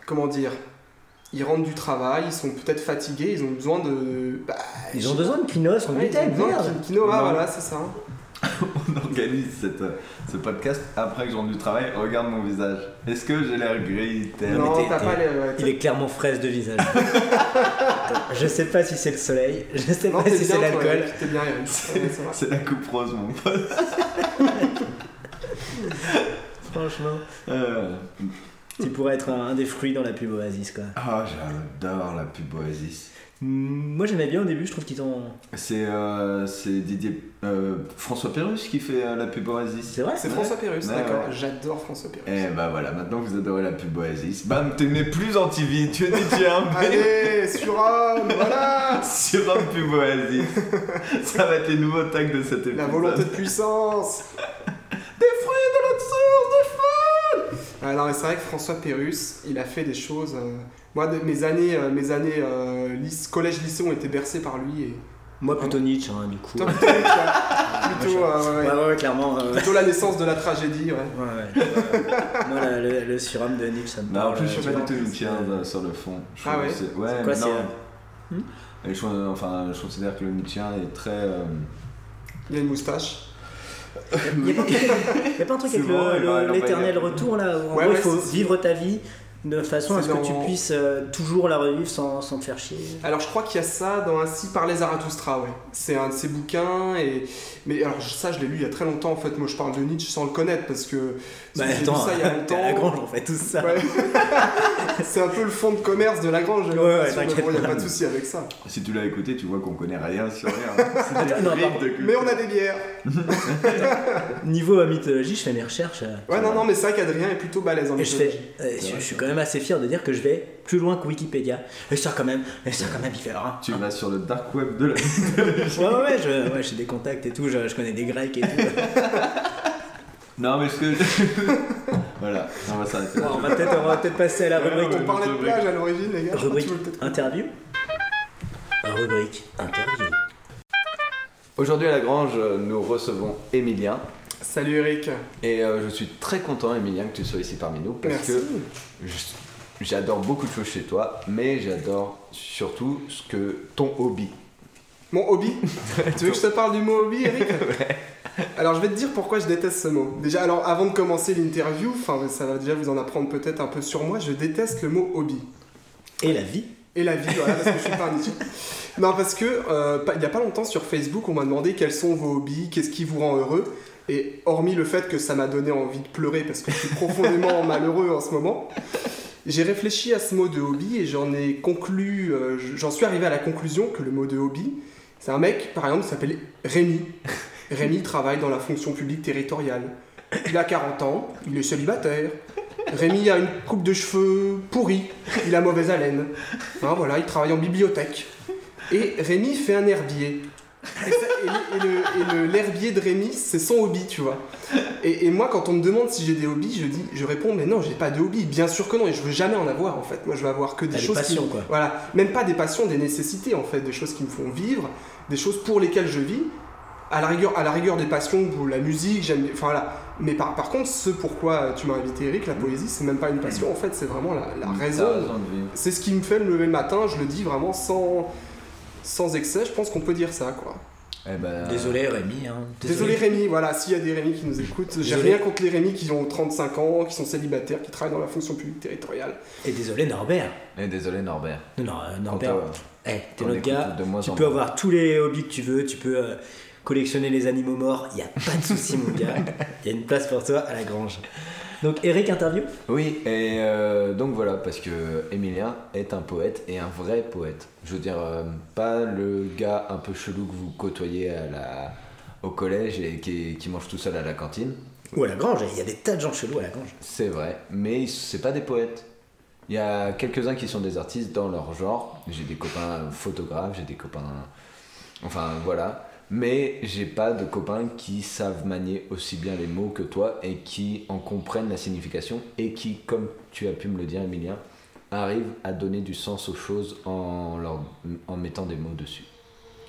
comment dire, ils rentrent du travail, ils sont peut-être fatigués, ils ont besoin de, bah, Ils ont besoin de quinoa, en ouais, ils ont gluten, besoin merde. de quinoa, Non. voilà, c'est ça. hein. On organise cette, euh, ce podcast après que j'en ai du travail. Regarde mon visage. Est-ce que j'ai l'air gris? terre mais non, t'es- t'as pas les, ouais, Il est clairement fraise de visage. je sais pas si c'est le soleil, je sais non, pas t'es si bien, c'est toi, l'alcool. Eric, T'es bien, Eric. Ouais, c'est vrai. C'est la coupe rose, mon pote. Franchement. Euh, Tu pourrais être un, un des fruits dans la pub Oasis, quoi. Ah, j'adore la pub Oasis. Mm, Moi j'aimais bien au début, je trouve qu'ils ont. C'est euh, c'est Didier. euh, François Pérus qui fait euh, la pub Oasis. C'est vrai C'est François Pérus, Ouais, d'accord. ouais. J'adore François Pérus. Eh bah voilà, maintenant que vous adorez la pub Oasis, bam, t'es né plus anti-vie, tu es né tiens, Allez, surhomme, voilà sur un pub Oasis. Ça va être les nouveaux tags de cet épisode. La volonté de puissance Des fruits de notre source, Ah non, mais c'est vrai que François Pérus, il a fait des choses. euh, Moi, de- mes années, euh, mes années euh, lyc- collège-lycée ont été bercées par lui. Et... Moi plutôt Nietzsche, hein, du coup. Toi, plutôt, tu vois, plutôt, euh, ouais, Ouais, ouais. ouais, ouais, clairement. euh, Plutôt la naissance de la tragédie, ouais. Ouais, ouais. Moi, la- le, le surhomme de Nietzsche, ça me Non, en parle. plus, je suis euh, pas du tout Nietzschean euh, sur le fond. Je Ah trouve ouais que c'est- Ouais, quoi, mais c'est, non. euh, hmm Et je, enfin, je considère que le Nietzschean est très. euh, Il a une moustache. y a pas- y a pas un truc C'est avec bon, le- il va- il le- va l'éternel y aller. retour là où en Ouais, gros, il ouais, faut c'est- vivre ta vie de façon à C'est ce que tu dans- puisses euh, toujours la revivre sans, sans te faire chier. Alors, je crois qu'il y a ça dans Ainsi parlait Zarathustra, ouais. C'est un de ses bouquins. Et... Mais alors, ça, je l'ai lu il y a très longtemps, en fait. Moi, je parle de Nietzsche sans le connaître parce que. Bah, j'ai lu attends, ça il y a longtemps. à la grange on fait tout ça. Ouais. c'est un peu le fond de commerce de Lagrange. j'ai Ouais, ouais, l'impression, mais t'inquiète bon, il n'y a pas. pas de souci avec ça. Si tu l'as écouté, tu vois qu'on connaît rien sur rien. C'est des Attends, non, bribes pardon. de culture. Mais on a des bières. Niveau euh, mythologie, je fais mes recherches euh, Ouais, non, non, mais c'est vrai qu'Adrien est plutôt balèze hein, en et je mythologie. fais. euh, je, je suis quand même assez fier de dire que je vais plus loin que Wikipédia. Et ça quand même, et ça quand même il fait rare. hein. Tu vas sur le dark web de la. Ouais ouais, ouais, je- ouais, j'ai des contacts et tout, je, je connais des Grecs et tout. non, mais ce que. voilà, on va s'arrêter là. Bon, on va peut-être on va peut-être passer à la Ouais, rubrique. On parlait de plage à l'origine, les gars. Je crois que Rubrique tu veux peut-être- interview. Rubrique interview. Aujourd'hui à la Grange, euh, nous recevons Emilien. Salut Eric. Et euh, je suis très content, Emilien, que tu sois ici parmi nous parce Merci. que je- j'adore beaucoup de choses chez toi, mais j'adore surtout ce que ton hobby. Mon hobby Tu veux que je te parle du mot hobby, Eric Alors, je vais te dire pourquoi je déteste ce mot. Déjà, alors, avant de commencer l'interview, enfin, ça va déjà vous en apprendre peut-être un peu sur moi, je déteste le mot hobby. Et la vie. Et la vie, voilà, parce que je suis pas un Nietzsche. Non, parce que euh, pas- il n'y a pas longtemps sur Facebook, on m'a demandé quels sont vos hobbies, qu'est-ce qui vous rend heureux. Et hormis le fait que ça m'a donné envie de pleurer parce que je suis profondément malheureux en ce moment, j'ai réfléchi à ce mot de hobby et j'en ai conclu, euh, j'en suis arrivé à la conclusion que le mot de hobby, c'est un mec, par exemple, qui s'appelle Rémi. Rémi travaille dans la fonction publique territoriale. Il a 40 ans, il est célibataire. Rémi a une coupe de cheveux pourrie, il a mauvaise haleine. Hein, voilà, il travaille en bibliothèque. Et Rémi fait un herbier. Et, ça- et le- et le- et le- l'herbier de Rémi, c'est son hobby, tu vois. Et, et moi, quand on me demande si j'ai des hobbies, je dis, je réponds, mais non, j'ai pas de hobby. Bien sûr que non, et je veux jamais en avoir, en fait. Moi, je veux avoir que des T'as des choses qui- passions, quoi. Voilà, même pas des passions, des nécessités, en fait, des choses qui me font vivre, des choses pour lesquelles je vis. à la rigueur, à la rigueur des passions, ou la musique, j'aime, enfin voilà. Mais par, par contre, ce pourquoi euh, tu m'as invité, Eric, la poésie, c'est même pas une passion. En fait, c'est vraiment la, Mm. la raison. T'as raison de vivre. C'est ce qui me fait me lever le matin. Je le dis vraiment sans sans excès. Je pense qu'on peut dire ça, quoi. Eh ben, Désolé Rémi. hein. Désolé, Rémi. Voilà, s'il y a des Rémi qui nous écoutent, j'ai Désolé. rien contre les Rémi qui ont 35 ans, qui sont célibataires, qui travaillent dans la fonction publique territoriale. Et désolé Norbert. Et eh, désolé Norbert. Non, non, euh, Norbert. Quand, euh, Eh, t'es on notre écoute gars. de moins tu en peux moins. avoir tous les hobbies que tu veux. Tu peux euh, collectionner les animaux morts. Il n'y a pas de souci, mon gars. Il y a une place pour toi à la grange. Donc, Eric, interview Oui, et euh, donc voilà, parce que Emilien est un poète et un vrai poète. Je veux dire, euh, pas le gars un peu chelou que vous côtoyez à la, au collège et qui, qui mange tout seul à la cantine. Ou à la grange. Il y a des tas de gens chelous à la grange. C'est vrai, mais ils- c'est pas des poètes. Il y a quelques-uns qui sont des artistes dans leur genre. J'ai des copains photographes, j'ai des copains. Enfin voilà. Mais j'ai pas de copains qui savent manier aussi bien les mots que toi et qui en comprennent la signification et qui, comme tu as pu me le dire, Emilien, arrivent à donner du sens aux choses en, leur, en mettant des mots dessus.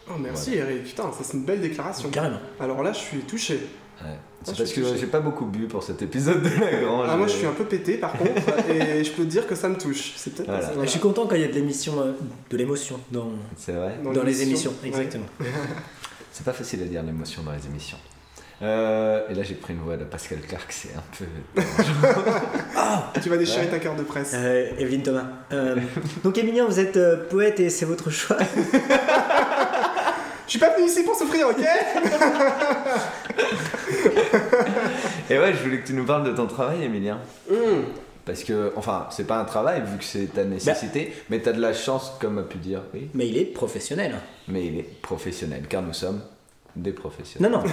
Oh, merci, Eric. Putain, ça c'est une belle déclaration. Carrément. Alors là, je suis touché. Ouais. Ah, C'est je parce suis que touché. j'ai pas beaucoup bu pour cet épisode de la grange. Ah, moi, mais- je suis un peu pété par contre, et je peux te dire que ça me touche. C'est peut-être Voilà. ça, Je suis content quand il y a de l'émission, euh, de l'émotion dans, C'est vrai. dans, les émissions. Exactement. C'est pas facile à dire l'émotion dans les émissions. Euh, et là, j'ai pris une voix de Pascal Clark, c'est un peu. Ouais. Tu vas déchirer Ouais. ta carte de presse. Euh, Evelyne Thomas. Euh, donc, Emilien, vous êtes euh, poète et c'est votre choix. Je suis pas venu ici pour souffrir, ok Et ouais, je voulais que tu nous parles de ton travail, Emilien. Hum. Parce que, enfin, c'est pas un travail vu que c'est ta nécessité, mais t'as de la chance, comme a pu dire, oui. Mais il est professionnel. Mais il est professionnel, car nous sommes des professionnels. Non, non.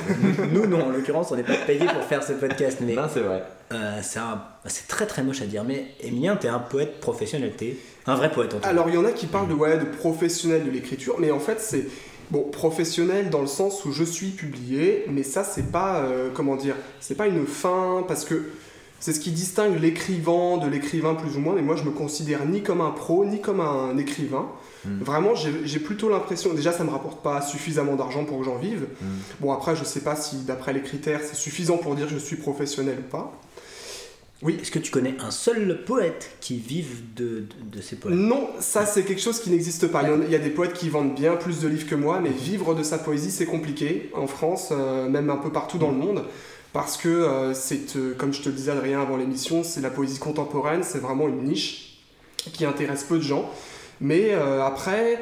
Nous, non. En l'occurrence, on n'est pas payé pour faire ce podcast. Mais Non, c'est vrai. Euh, c'est un- c'est très très moche à dire, mais Emilien, t'es un poète professionnel, t'es un vrai poète en tout cas. Alors, il y en a qui parlent de, ouais, de professionnel de l'écriture, mais en fait, c'est. Bon, professionnel dans le sens où je suis publié, mais ça, c'est pas. euh, comment dire C'est pas une fin, parce que c'est ce qui distingue l'écrivain de l'écrivain plus ou moins, mais moi, je me considère ni comme un pro, ni comme un écrivain. Mm. Vraiment, j'ai j'ai plutôt l'impression. Déjà, ça me rapporte pas suffisamment d'argent pour que j'en vive. Mm. Bon, après, je sais pas si, d'après les critères, c'est suffisant pour dire que je suis professionnel ou pas. Est-ce que tu connais un seul poète qui vive de, de, de ses poètes Non, ça c'est quelque chose qui n'existe pas. Il y en- Il y a des poètes qui vendent bien plus de livres que moi, mais vivre de sa poésie c'est compliqué en France, euh, même un peu partout dans le Mm. monde, parce que euh, c'est, euh, comme je te le disais Adrien avant l'émission, c'est la poésie contemporaine, c'est vraiment une niche qui intéresse peu de gens. Mais euh, après,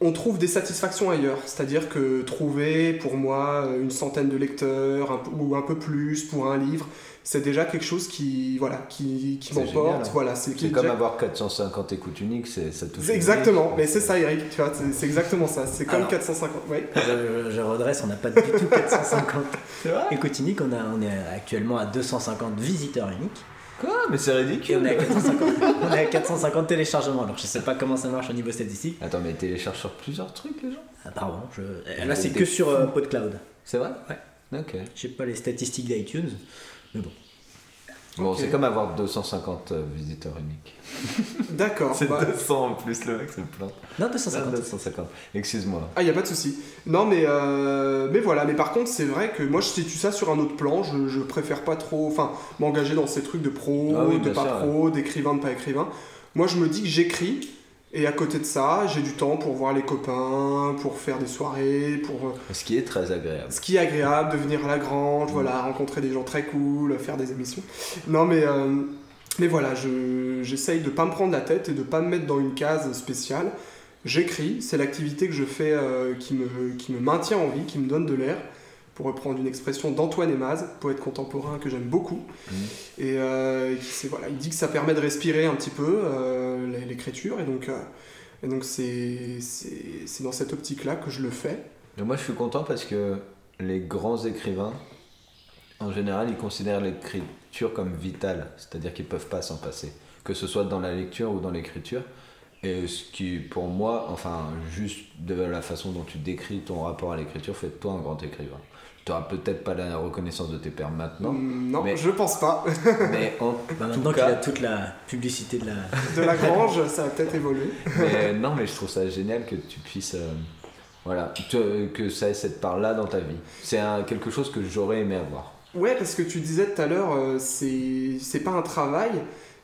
on trouve des satisfactions ailleurs, c'est-à-dire que trouver pour moi euh, une centaine de lecteurs un peu- ou un peu plus pour un livre, c'est déjà quelque chose qui, voilà, qui, qui C'est génial, m'emporte. hein. Voilà, c'est qui C'est est comme déjà- avoir 450 écoutes uniques, c'est, ça touche. c'est exactement, mais c'est ça Eric, tu vois, c'est c'est exactement ça, c'est comme Alors. 450, ouais. je, je- je redresse, on n'a pas du tout 450 C'est vrai écoutes uniques, on, a, on est actuellement à 250 visiteurs uniques Quoi Mais c'est et on ridicule. est à 450, on est à 450 téléchargements. Alors je sais pas comment ça marche au niveau statistique. Attends, mais télécharge sur plusieurs trucs, les gens Ah, pardon, je- là Vous c'est êtes que des sur euh, PodCloud. C'est vrai Ouais. Ok. J'ai pas les statistiques d'iTunes, mais bon. Bon, Ok. c'est comme avoir 250 euh, visiteurs uniques. D'accord. C'est bah- 200 en plus, le mec se plaint. Non, Ah, 250. 250. Excuse-moi. Ah, y a pas de souci. Non, mais, euh, mais voilà, mais par contre, c'est vrai que moi je situe ça sur un autre plan, je, je préfère pas trop, enfin, m'engager dans ces trucs de pro, Ah oui, de bien pas sûr, pro, d'écrivain, de pas écrivain. Moi je me dis que j'écris, et à côté de ça, j'ai du temps pour voir les copains, pour faire des soirées, pour. Ce qui est très agréable. ce qui est agréable, de venir à la grange, voilà, rencontrer des gens très cool, faire des émissions. Non, mais, euh, mais voilà, je- j'essaye de pas me prendre la tête et de pas me mettre dans une case spéciale. J'écris, c'est l'activité que je fais euh, qui, me, qui me maintient en vie, qui me donne de l'air, pour reprendre une expression d'Antoine Emaz, poète contemporain que j'aime beaucoup. Mhm. Et euh, qui s'est- voilà, il dit que ça permet de respirer un petit peu euh, l- l'écriture, et donc euh, et donc c'est c'est- c'est dans cette optique-là que je le fais. Mais moi, je suis content parce que les grands écrivains, en général, ils considèrent l'écriture comme vitale, c'est-à-dire qu'ils peuvent pas s'en passer, que ce soit dans la lecture ou dans l'écriture. Et ce qui, pour moi, enfin, juste de la façon dont tu décris ton rapport à l'écriture, fait de toi un grand écrivain. Tu n'auras peut-être pas la reconnaissance de tes pairs maintenant, Mm, non mais- je pense pas. mais en Bah, tout maintenant qu'il cas- a toute la publicité de la. de la grange, ça va peut-être évoluer. Mais non, mais je trouve ça génial que tu puisses. euh, Voilà, que, que ça ait cette part-là dans ta vie. C'est un- quelque chose que j'aurais aimé avoir. Ouais, parce que tu disais tout à l'heure, euh, c'est c'est pas un travail,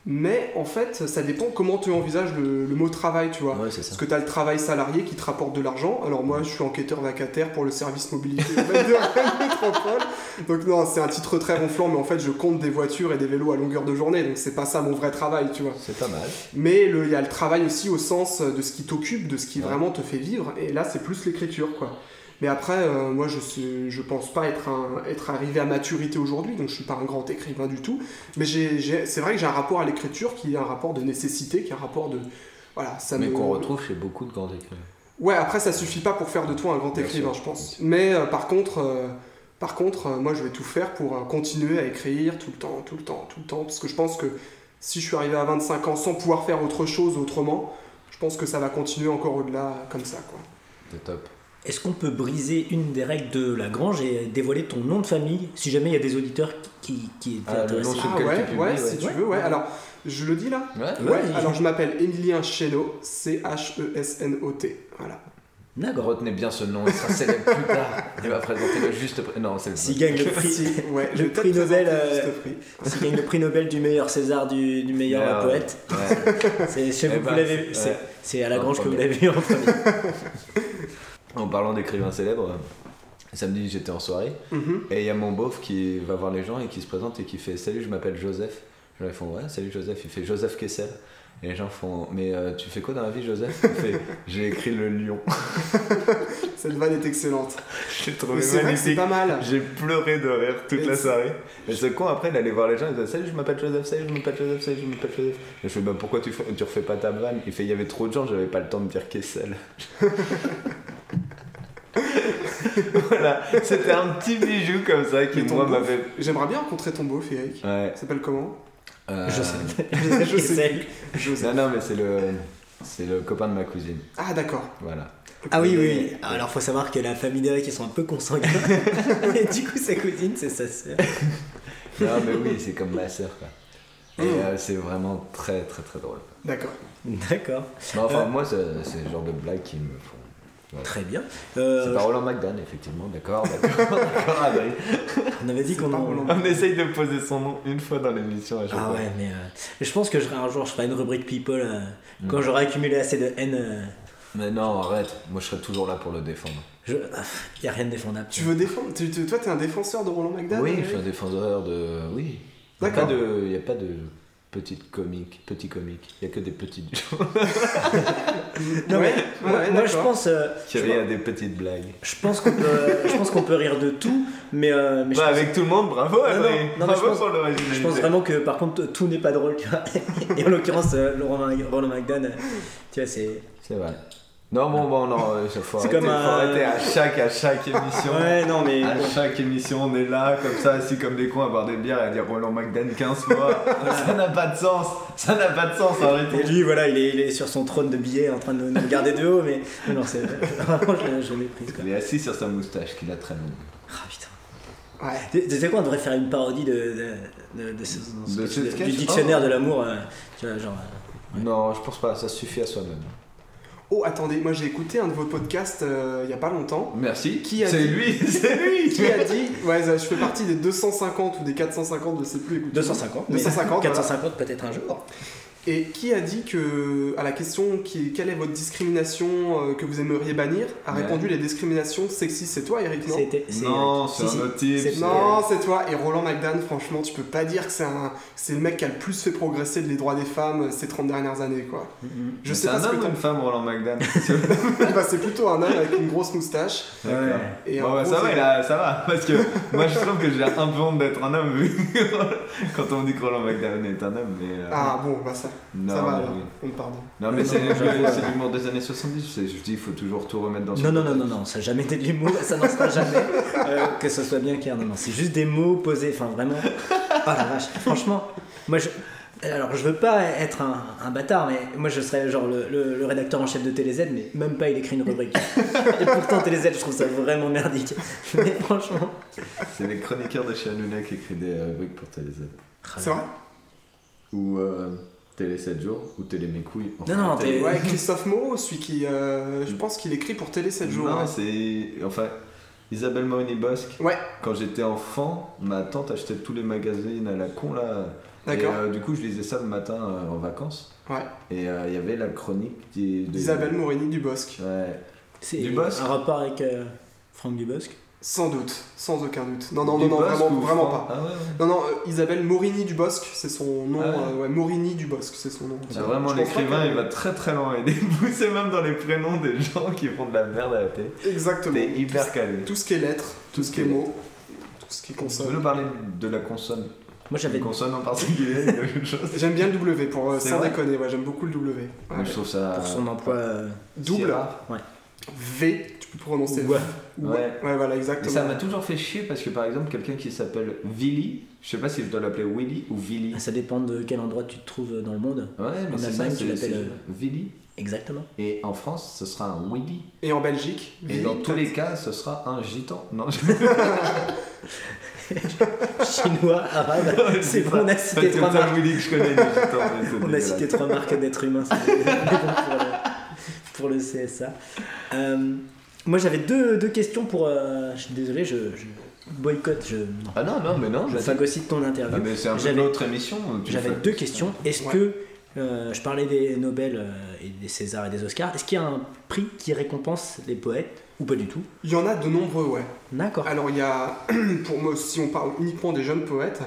mais en fait, ça dépend comment tu envisages le, le mot travail, tu vois. Ouais, c'est ça. Parce que tu as le travail salarié qui te rapporte de l'argent. Alors moi, je suis enquêteur vacataire pour le service mobilité urbaine de Rennes Métropole. Donc non, c'est un titre très ronflant, mais en fait, je compte des voitures et des vélos à longueur de journée. Donc c'est pas ça mon vrai travail, tu vois. C'est pas mal. Mais le- il y a le travail aussi au sens de ce qui t'occupe, de ce qui Ouais. vraiment te fait vivre. Et là, c'est plus l'écriture, quoi. Mais après, euh, moi, je suis- je pense pas être, un- être arrivé à maturité aujourd'hui, donc je suis pas un grand écrivain du tout. Mais j'ai- j'ai- c'est vrai que j'ai un rapport à l'écriture qui est un rapport de nécessité, qui est un rapport de... Voilà, ça Mais me- qu'on retrouve chez beaucoup de grands écrivains. Ouais, après, ça suffit pas pour faire de toi un grand Bien écrivain, sûr, je bien pense. sûr. Mais euh, par contre, euh, par contre euh, moi, je vais tout faire pour euh, continuer à écrire tout le temps, tout le temps, tout le temps. Parce que je pense que si je suis arrivé à 25 ans sans pouvoir faire autre chose autrement, je pense que ça va continuer encore au-delà euh, comme ça, quoi. C'est top. Est-ce qu'on peut briser une des règles de Lagrange et dévoiler ton nom de famille si jamais il y a des auditeurs qui, qui étaient Ah, le intéressés nom Sur Ah lequel ouais, tu publies, ouais, ouais. si tu Ouais. veux, ouais. Alors, je le dis là Ouais. Ouais, Ouais, il- alors je m'appelle Emilien Chesnot, E C-H-E-S-N-O-T. Voilà. D'accord. Retenez bien ce nom, il sera célèbre plus tard. Il va présenter le juste prix. Non, c'est le S'il gagne le prix, Si, ouais, Le je vais peut-être prix Nobel, présenter euh, juste le prix. s'il gagne le prix Nobel du meilleur César du, du meilleur Ouais, ouais. poète, Ouais. c'est chez Eh vous que ben, vous l'avez ouais. c'est- C'est à En Lagrange que vous premier. l'avez vu en premier. En parlant d'écrivains célèbres, euh, samedi j'étais en soirée Mhm. et il y a mon beauf qui va voir les gens et qui se présente et qui fait Salut, je m'appelle Joseph. Les gens ils font Ouais, salut Joseph. Il fait Joseph Kessel. Et les gens font Mais euh, tu fais quoi dans la vie, Joseph Il fait J'ai écrit Le Lion. Cette vanne est excellente. J'ai Mais trouvé c'est vrai que magnifique. c'est pas mal. J'ai pleuré de rire toute Et la c'est- soirée. Et ce con, après, il allait voir les gens, il disait Salut, je m'appelle Joseph, salut, je m'appelle Joseph, salut, je m'appelle Joseph. Et je fais Bah pourquoi tu, fais- tu refais pas ta vanne Il fait Il y avait trop de gens, j'avais pas le temps de dire Kessel. voilà, c'était un petit bijou comme ça qui, Mais ton moi, beauf- m'a fait. J'aimerais bien rencontrer ton beau, Eric. Ouais. Il s'appelle comment euh, Je sais. Je sais. Kessel. Joseph. Non, non, mais c'est le. C'est le copain de ma cousine. Ah d'accord. Voilà. Ah Euh, oui, oui, oui. Alors faut savoir que la famille d'Eric, ils sont un peu consanguins. Et du coup, sa cousine, c'est sa sœur. Non, mais oui, c'est comme ma sœur, quoi. Et Oh. Mm. euh, c'est vraiment très, très, très drôle. D'accord. D'accord. Non, enfin, Euh, moi, c'est c'est le genre de blagues qui me font. Très bien. C'est Euh, pas Roland McDan, effectivement, d'accord, d'accord, d'accord, Adrien. on avait dit C'est qu'on pas en- Roland. On essaye de poser son nom une fois dans l'émission à chaque Ah fois. ouais, mais euh, je pense que je, un jour, je ferai une rubrique People euh, Mm. quand j'aurai accumulé assez de haine. euh, Mais non, arrête, moi je serai toujours là pour le défendre. je... y a rien de défendable. Tu veux défendre tu, tu- Toi, t'es un défenseur de Roland McDan oui, Eric je suis un défendeur de. Oui. Il n'y a D'accord. pas de, il y a pas de petite comique, petit comique, il n'y a que des petites choses. Non, mais Ouais, ouais, moi, moi, je d'accord. pense, euh, je, Il y a des petites blagues. je pense qu'on peut, je pense qu'on peut rire de tout, mais, euh, mais je, Bah, pense, avec tout le monde, bravo non, Adrien, non, mais je bravo pense- pour l'originalité. je pense vraiment que par contre tout n'est pas drôle, tu vois. Et en l'occurrence, euh, Laurent Ma- Roland McDan, euh, tu vois, c'est C'est vrai. Non, bon, bon, non, euh, faut C'est arrêter, comme faut un- arrêter à chaque, à chaque émission. ouais, non mais À bon. chaque émission, on est là, comme ça, assis comme des cons, à boire des bières et à dire Roland McDan 15 fois. ça n'a pas de sens. Ça n'a pas de sens, Et arrêtez. lui, voilà, il est, il est sur son trône de billets en train de nous garder de haut, mais mais non, c'est vraiment, je, l'ai- je l'ai prise quoi. Il est assis sur sa moustache qu'il a très longue. Ah putain. Ouais. Tu tu sais quoi, on devrait faire une parodie de, de, de- de ce- De ce du sketch, dictionnaire oh. de l'amour, euh, tu vois, genre. euh, Non, je pense pas, ça suffit à soi-même. Oh, attendez, moi j'ai écouté un de vos podcasts euh, il y a pas longtemps. Merci. Qui a C'est dit- lui, c'est lui. Qui a dit Ouais, ça, je fais partie des 250 ou des 450, je sais plus. écoute. 250, mais 250, 450 peut-être un jour. Et qui a dit que, à la question qui est, quelle est votre discrimination euh, que vous aimeriez bannir, a Ouais. répondu les discriminations sexistes. C'est toi, Eric, non C'était. c'est- Non, si, c'est si. un autre type. C'est- c'est- Non, c'est toi. Et Roland McDan, franchement, tu peux pas dire que c'est un... c'est le mec qui a le plus fait progresser les droits des femmes euh, ces 30 dernières années, quoi. Mhm. Je Mais sais c'est pas un ce que homme ou t'en une femme, Roland McDan bah, c'est plutôt un homme avec une grosse moustache. D'accord. Et Bon, en bah, gros, ça va, c'est- il a- ça va, parce que moi je trouve que j'ai un peu honte d'être un homme vu que quand on me dit que Roland McDan est un homme, mais. euh, Ah bon, bah ça, non, ça va mais alors. oui. On me pardonne. Non, mais Non, c'est non, j'avoue, c'est l'humour des années 70, c'est- je dis il faut toujours tout remettre dans son Non, non, non, contexte. non, non, ça n'a jamais été de l'humour, ça n'en sera jamais, euh, que ce soit bien clair. Non, non, c'est juste des mots posés, enfin vraiment. Oh la vache, franchement, moi je. Alors, je veux pas être un, un bâtard, mais moi je serais genre le, le- le rédacteur en chef de TéléZ, mais même pas il écrit une rubrique. Et pourtant, TéléZ, je trouve ça vraiment merdique. Mais franchement. C'est les euh, chroniqueurs de chez Hanouna qui écrivent des rubriques pour Télézab. C'est vrai Ou euh, Télé 7 jours ou Télé mes couilles. Non, non, Télé- Télé- Ouais, Christophe Moreau, celui qui. euh, je pense qu'il écrit pour Télé 7 jours. Non, ouais. c'est. Enfin, Isabelle Morini-Bosque. Ouais, Quand j'étais enfant, ma tante achetait tous les magazines à la con là. d'accord. Et, euh, du coup, je lisais ça le matin euh, en vacances. Ouais. Et euh, il y avait la chronique des- des- Isabelle Morini du Bosc. Ouais. C'est Dubosc un rapport avec euh, Franck Dubosc. Sans doute, sans aucun doute. Non, non, non, Du non, Bosc vraiment, ou vraiment Fran- pas. Ah ouais, ouais. Non, non, euh, Isabelle Morini du Bosc, c'est son nom. Ah ouais. euh, ouais, Morini du Bosc, c'est son nom. C'est vraiment Je pense pas l'écrivain, que- il va très très loin et dépousser même dans les prénoms des gens qui font de la merde à la télé. Exactement. T'es hyper calé. Tout ce qui est lettres, tout, ce qui est mots, tout ce qui est Tu veux consonne. nous parler de la consonne Moi j'avais Une consonne en particulier quelque chose J'aime bien le W pour euh, C'est sans vrai déconner, ouais, j'aime beaucoup le W. Ouais. Moi, Je trouve ça. pour son emploi. euh, Double rare. V, tu peux prononcer V. Ouais. Ouais. Ouais, voilà, Et ça m'a exactement. toujours fait chier parce que par exemple, quelqu'un qui s'appelle Willy, je sais pas si je dois l'appeler Willy ou Vili. Ça dépend de quel endroit tu te trouves dans le monde. Ouais, mais En c'est ça, Allemagne, tu c'est- c'est l'appelles, euh, Willy. Exactement. Et en France, ce sera un Willy. Et en Belgique, Et V, dans tous peut-être. les cas, ce sera un gitan. Non, je- Chinois, arabe, c'est bon, on a cité C'est trois ça, marques. Willy, que je connais, les gitans, mais On c'est a dégueulasse. cité trois marques d'êtres humains. c'est bon pour, le, pour le CSA. Euh, moi j'avais deux, deux questions pour. euh, je suis désolé, je, je boycotte, je, non, Ah non, non, mais non, je je sais. phagocyte ton interview. Ah, mais c'est un peu J'avais- l'autre émission. tu J'avais fais- deux questions. Est-ce Ouais. que euh, je parlais des Nobel euh, et des Césars et des Oscars Est-ce qu'il y a un prix qui récompense les poètes ou pas du tout Il y en a de nombreux, ouais. D'accord. Alors il y a, pour moi, si on parle uniquement des jeunes poètes,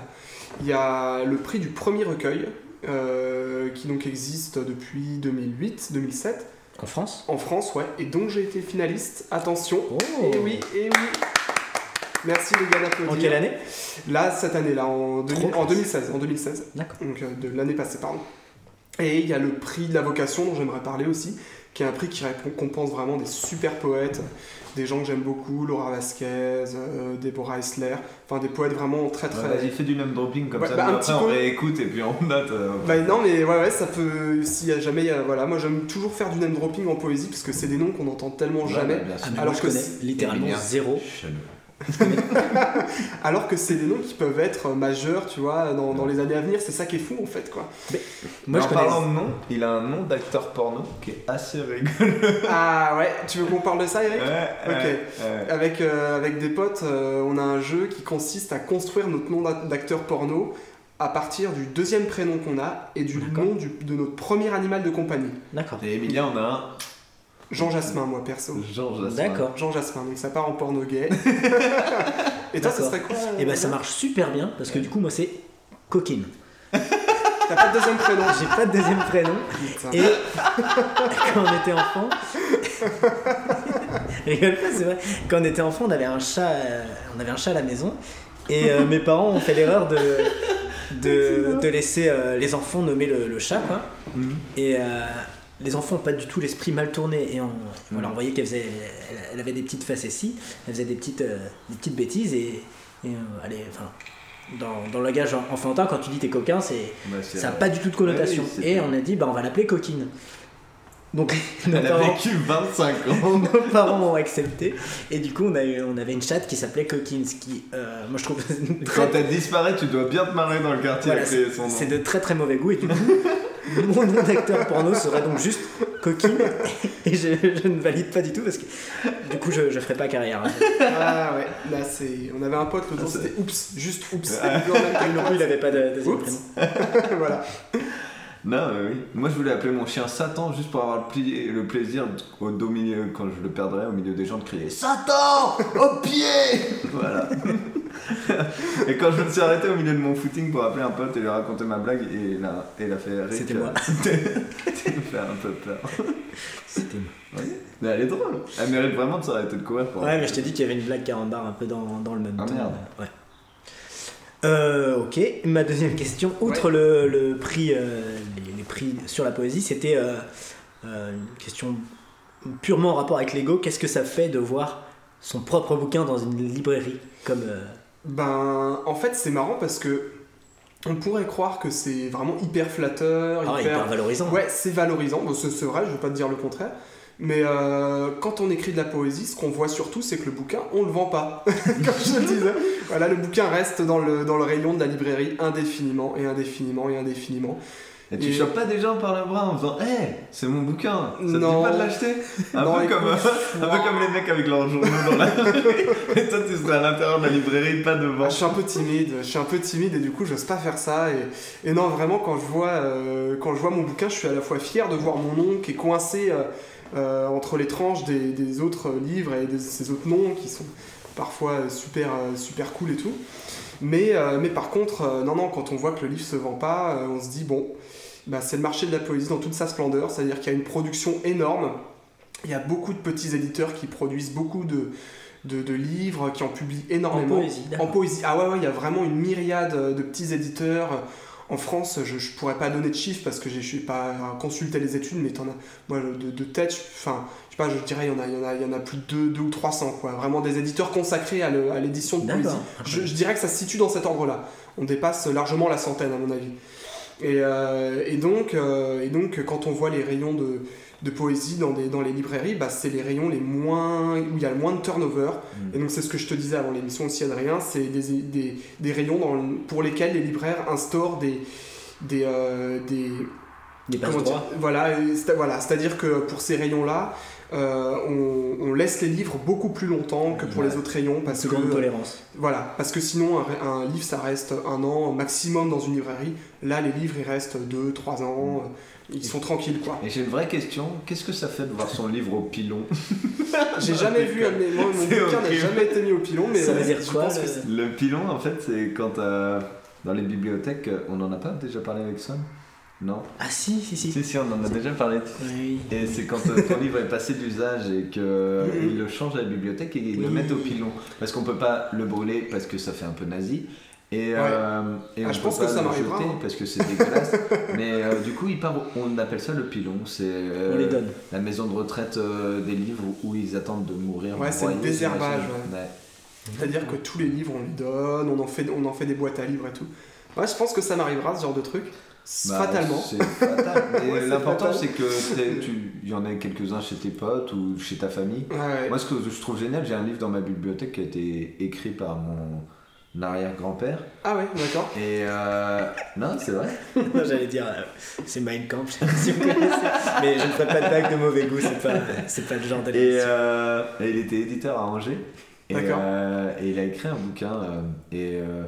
il y a le prix du premier recueil euh, qui donc existe depuis 2008-2007 En France en France, ouais, et dont j'ai été finaliste. Attention. Oh Et Eh oui, et oui. Merci les gars d'applaudir. En quelle année Ah, Ah, Là, cette année-là, en, deux- Trop en classe. 2016, en 2016. D'accord. Donc euh, de l'année passée, pardon. Et il y a le prix de la vocation dont j'aimerais parler aussi, qui est un prix qui récompense vraiment des super poètes, des gens que j'aime beaucoup, Laura Vasquez, euh, Deborah Eisler, enfin des poètes vraiment très Ouais, très. Vas-y, fais du name dropping comme Ouais, ça. bah, mais un après, petit on peu. réécoute et puis on note. euh, Bah non mais ouais ouais ça peut s'il y a jamais euh, voilà moi j'aime toujours faire du name dropping en poésie parce que c'est des noms qu'on entend tellement Ouais, jamais bah, bien sûr. Ah, mais Alors moi, je que connais c'est- littéralement Emilien. zéro. Chaleur. alors que c'est des noms qui peuvent être euh, majeurs tu vois dans, dans les années à venir c'est ça qui est fou en fait quoi Moi, Mais je en connais. parlant de nom, il a un nom d'acteur porno qui est assez rigolo. ah ouais tu veux qu'on parle de ça Eric ok. ouais. Avec, euh, avec des potes, euh, on a un jeu qui consiste à construire notre nom d'ac- d'acteur porno à partir du deuxième prénom qu'on a et du D'accord. nom du- de notre premier animal de compagnie. D'accord. Et Emilien, on a Jean Jasmin, moi perso. un Georges Asselin. D'accord. Jean Jasmin, donc ça part en porno gay. et toi, ça D'accord. serait quoi euh, Et ben ça marche super bien parce que du coup, moi, c'est coquine. T'as pas de deuxième prénom hein. J'ai pas de deuxième prénom. Putain. Et quand on était enfant, rigole pas, c'est vrai. Quand on était enfant, on avait un chat, euh, on avait un chat à la maison, et euh, mes parents ont fait l'erreur de, de, de laisser euh, les enfants nommer le, le chat, quoi. Mhm. Et euh, les enfants n'ont pas du tout l'esprit mal tourné, et on, voilà, on voyait qu'elle faisait, elle, elle avait des petites facéties, elle faisait des petites, euh, des petites bêtises, et, et, euh, allez, enfin. Dans, dans le langage enfantin, quand tu dis t'es coquin, c'est Bah, c'est- ça n'a pas du tout de connotation. Ouais, oui, c'est et bien. on a dit, bah, on va l'appeler coquine. Donc, nos Elle a parents, vécu 25 ans. nos parents ont accepté. Et du coup, on, a eu- on avait une chatte qui s'appelait coquine, ce qui, euh, moi, je trouve. très- Quand elle disparaît, tu dois bien te marrer dans le quartier voilà, après son c'est nom. c'est de très très mauvais goût. Et du coup, mon nom d'acteur porno serait donc juste coquine. Et je, je ne valide pas du tout parce que, du coup, je, je ferai pas carrière. hein. Ah ouais, là c'est. On avait un pote l'autre Ah, jour, c'est- c'était oups, juste oups. Ah. Non, même pas Non plus, il avait pas de. de Oups. prénom. une- voilà. Non, mais oui. Moi, je voulais appeler mon chien Satan juste pour avoir le, pli- le plaisir au au milieu, quand je le perdrais, au milieu des gens de crier Satan au pied Voilà. et quand je me suis arrêté au milieu de mon footing pour appeler un pote et lui raconter ma blague, et il a, il a fait rire. C'était moi. Tu me fais un peu peur. C'était moi. Mais elle est drôle. Elle mérite vraiment de s'arrêter de courir pour. Ouais, mais je t'ai dit qu'il y avait une blague carambar un peu dans, dans le même Ah, temps. merde. Ouais. Euh, ok, ma deuxième question, outre le, le prix, euh, les, les prix sur la poésie, c'était euh, euh, une question purement en rapport avec l'ego. Qu'est-ce que ça fait de voir son propre bouquin dans une librairie comme euh, Ben, en fait, c'est marrant parce que on pourrait croire que c'est vraiment hyper ah flatteur, ouais, hyper valorisant Ouais, c'est valorisant, Bon, c'est c'est vrai, je veux pas te dire le contraire. Mais euh, quand on écrit de la poésie, ce qu'on voit surtout, c'est que le bouquin, on le vend pas. Comme je le disais. Voilà, le bouquin reste dans le, dans le rayon de la librairie indéfiniment et indéfiniment et indéfiniment. Et tu Et- chopes pas des gens par le bras en faisant Hé, c'est mon bouquin, ça te Non. dit pas de l'acheter un, Non, peu écoute, comme, un peu comme les mecs avec leurs journaux dans la Et toi, tu serais à l'intérieur de la librairie, pas devant. Ah, je suis un peu timide, je suis un peu timide et du coup j'ose pas faire ça. Et, et non, vraiment, quand je, vois, euh, quand je vois mon bouquin, je suis à la fois fier de voir mon nom qui est coincé euh, euh, entre les tranches des, des autres livres et de ces autres noms qui sont parfois euh, super, euh, super cool et tout. Mais, euh, mais par contre, euh, non, non, quand on voit que le livre se vend pas, euh, on se dit bon, bah, c'est le marché de la poésie dans toute sa splendeur, c'est-à-dire qu'il y a une production énorme. Il y a beaucoup de petits éditeurs qui produisent beaucoup de, de, de livres, qui en publient hein, En énormément. poésie, En d'accord. poésie, ah ouais, ouais, il y a vraiment une myriade euh, de petits éditeurs. En France, je, je pourrais pas donner de chiffres parce que j'ai- je suis pas consulté les études, mais t'en as, moi, le- de, de tête, je- enfin, je sais pas, je dirais, il y en a, il y en a, il y en a plus de deux, deux ou 300, quoi. Vraiment des éditeurs consacrés à le- à l'édition de poésie. D'accord. Je, je dirais que ça se situe dans cet ordre-là. On dépasse largement la centaine, à mon avis. Et, euh, et donc, euh, et donc, quand on voit les rayons de, de poésie dans, des- dans les librairies, bah, c'est les rayons les moins, où il y a le moins de turnover. Mm. Et donc, c'est ce que je te disais avant l'émission aussi, Adrien c'est des, des, des rayons dans le- pour lesquels les libraires instaurent des. Des, euh, des, Des passes comment dire, droits. voilà, et c'est- voilà, c'est-à-dire que pour ces rayons-là, euh, on, on laisse les livres beaucoup plus longtemps que pour Ouais. les autres rayons parce Plus que euh, grande tolérance. voilà, parce que sinon, un, un livre, ça reste un an maximum dans une librairie. Là, les livres, ils restent 2, 3 ans. euh, Ils sont tranquilles, quoi. Et j'ai une vraie question qu'est-ce que ça fait de voir son livre au pilon J'ai jamais vu un de mes... Mon mon C'est bouquin n'a horrible. jamais été mis au pilon, mais... Ça veut euh, dire je quoi, pense le- que c'est- Le pilon, en fait, c'est quand euh, dans les bibliothèques, euh, on en a pas déjà parlé avec Swan Non Ah si, si, si. Si, si, on en a déjà parlé. Oui. Et c'est quand euh, ton livre est passé d'usage et qu'ils Mhm. le changent à la bibliothèque et ils le Oui. mettent au pilon. Parce qu'on peut pas le brûler parce que ça fait un peu nazi. Et, euh, et Ah, on je peut pense pas que ça le m'arrivera, jeter hein. parce que c'est dégueulasse. Mais euh, du coup, il part, on appelle ça le pilon. C'est euh, On les donne. la maison de retraite euh, des livres où ils attendent de mourir. Ouais, c'est broyés, le désherbage, j'imagine. Ouais. C'est-à-dire que tous les livres, on les donne, on en fait, on en fait des boîtes à livres et tout. Ouais, je pense que ça m'arrivera, ce genre de truc. Bah, Fatalement. C'est fatal. Mais Ouais, c'est l'important, fatal. c'est que t'es- tu- il y en a quelques-uns chez tes potes ou chez ta famille. Ouais, ouais. Moi, ce que je trouve génial, j'ai un livre dans ma bibliothèque qui a été écrit par mon arrière-grand-père. Ah ouais, d'accord. Et euh... non, c'est vrai. Moi, J'allais dire, euh, c'est Mein Kampf, si vous connaissez. Mais je ne ferai pas de blague de mauvais goût, c'est pas, c'est pas le genre Et, d'élection. euh, et il était éditeur à Angers. Et, D'accord. euh, et il a écrit un bouquin euh, et, euh,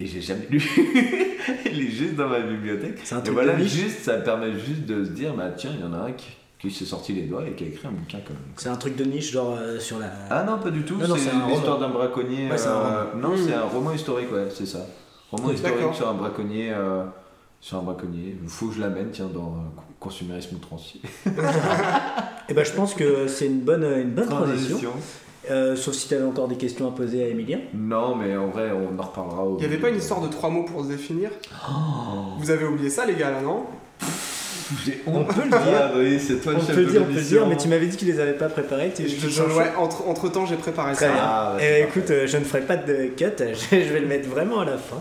et j'ai jamais lu. il est juste dans ma bibliothèque. C'est un Et truc voilà, de niche. juste, ça permet juste de se dire, bah tiens, il y en a un qui, qui s'est sorti les doigts et qui a écrit un bouquin comme C'est un truc de niche, genre euh, sur la. Ah non, pas du tout. Non, non, c'est c'est un l'histoire roman. d'un braconnier. Ouais, c'est un euh, Non, Mmh. c'est un roman historique, ouais, c'est ça. Roman Oui, historique d'accord. sur un braconnier. euh, Sur un braconnier. Faut que je l'amène, tiens, dans euh, consumérisme transi. Et ben, je pense que c'est une bonne, une bonne transition. Euh, sauf si tu avais encore des questions à poser à Emilien. Non, mais en vrai, on en reparlera. Au... Il n'y avait pas une histoire de trois mots pour se définir Oh, Vous avez oublié ça, les gars, là, non J'ai On honte. peut le dire. Ah oui, c'est toi le on chef peut le de dire, on peut le dire, l'émission. mais tu m'avais dit qu'il les avait pas préparés. Tu Et je- je- ouais, entre, temps, j'ai préparé Très ça. bien. Ah, ouais, Eh ben, c'est écoute, euh, je ne ferai pas de cut, je je vais le mettre vraiment à la fin.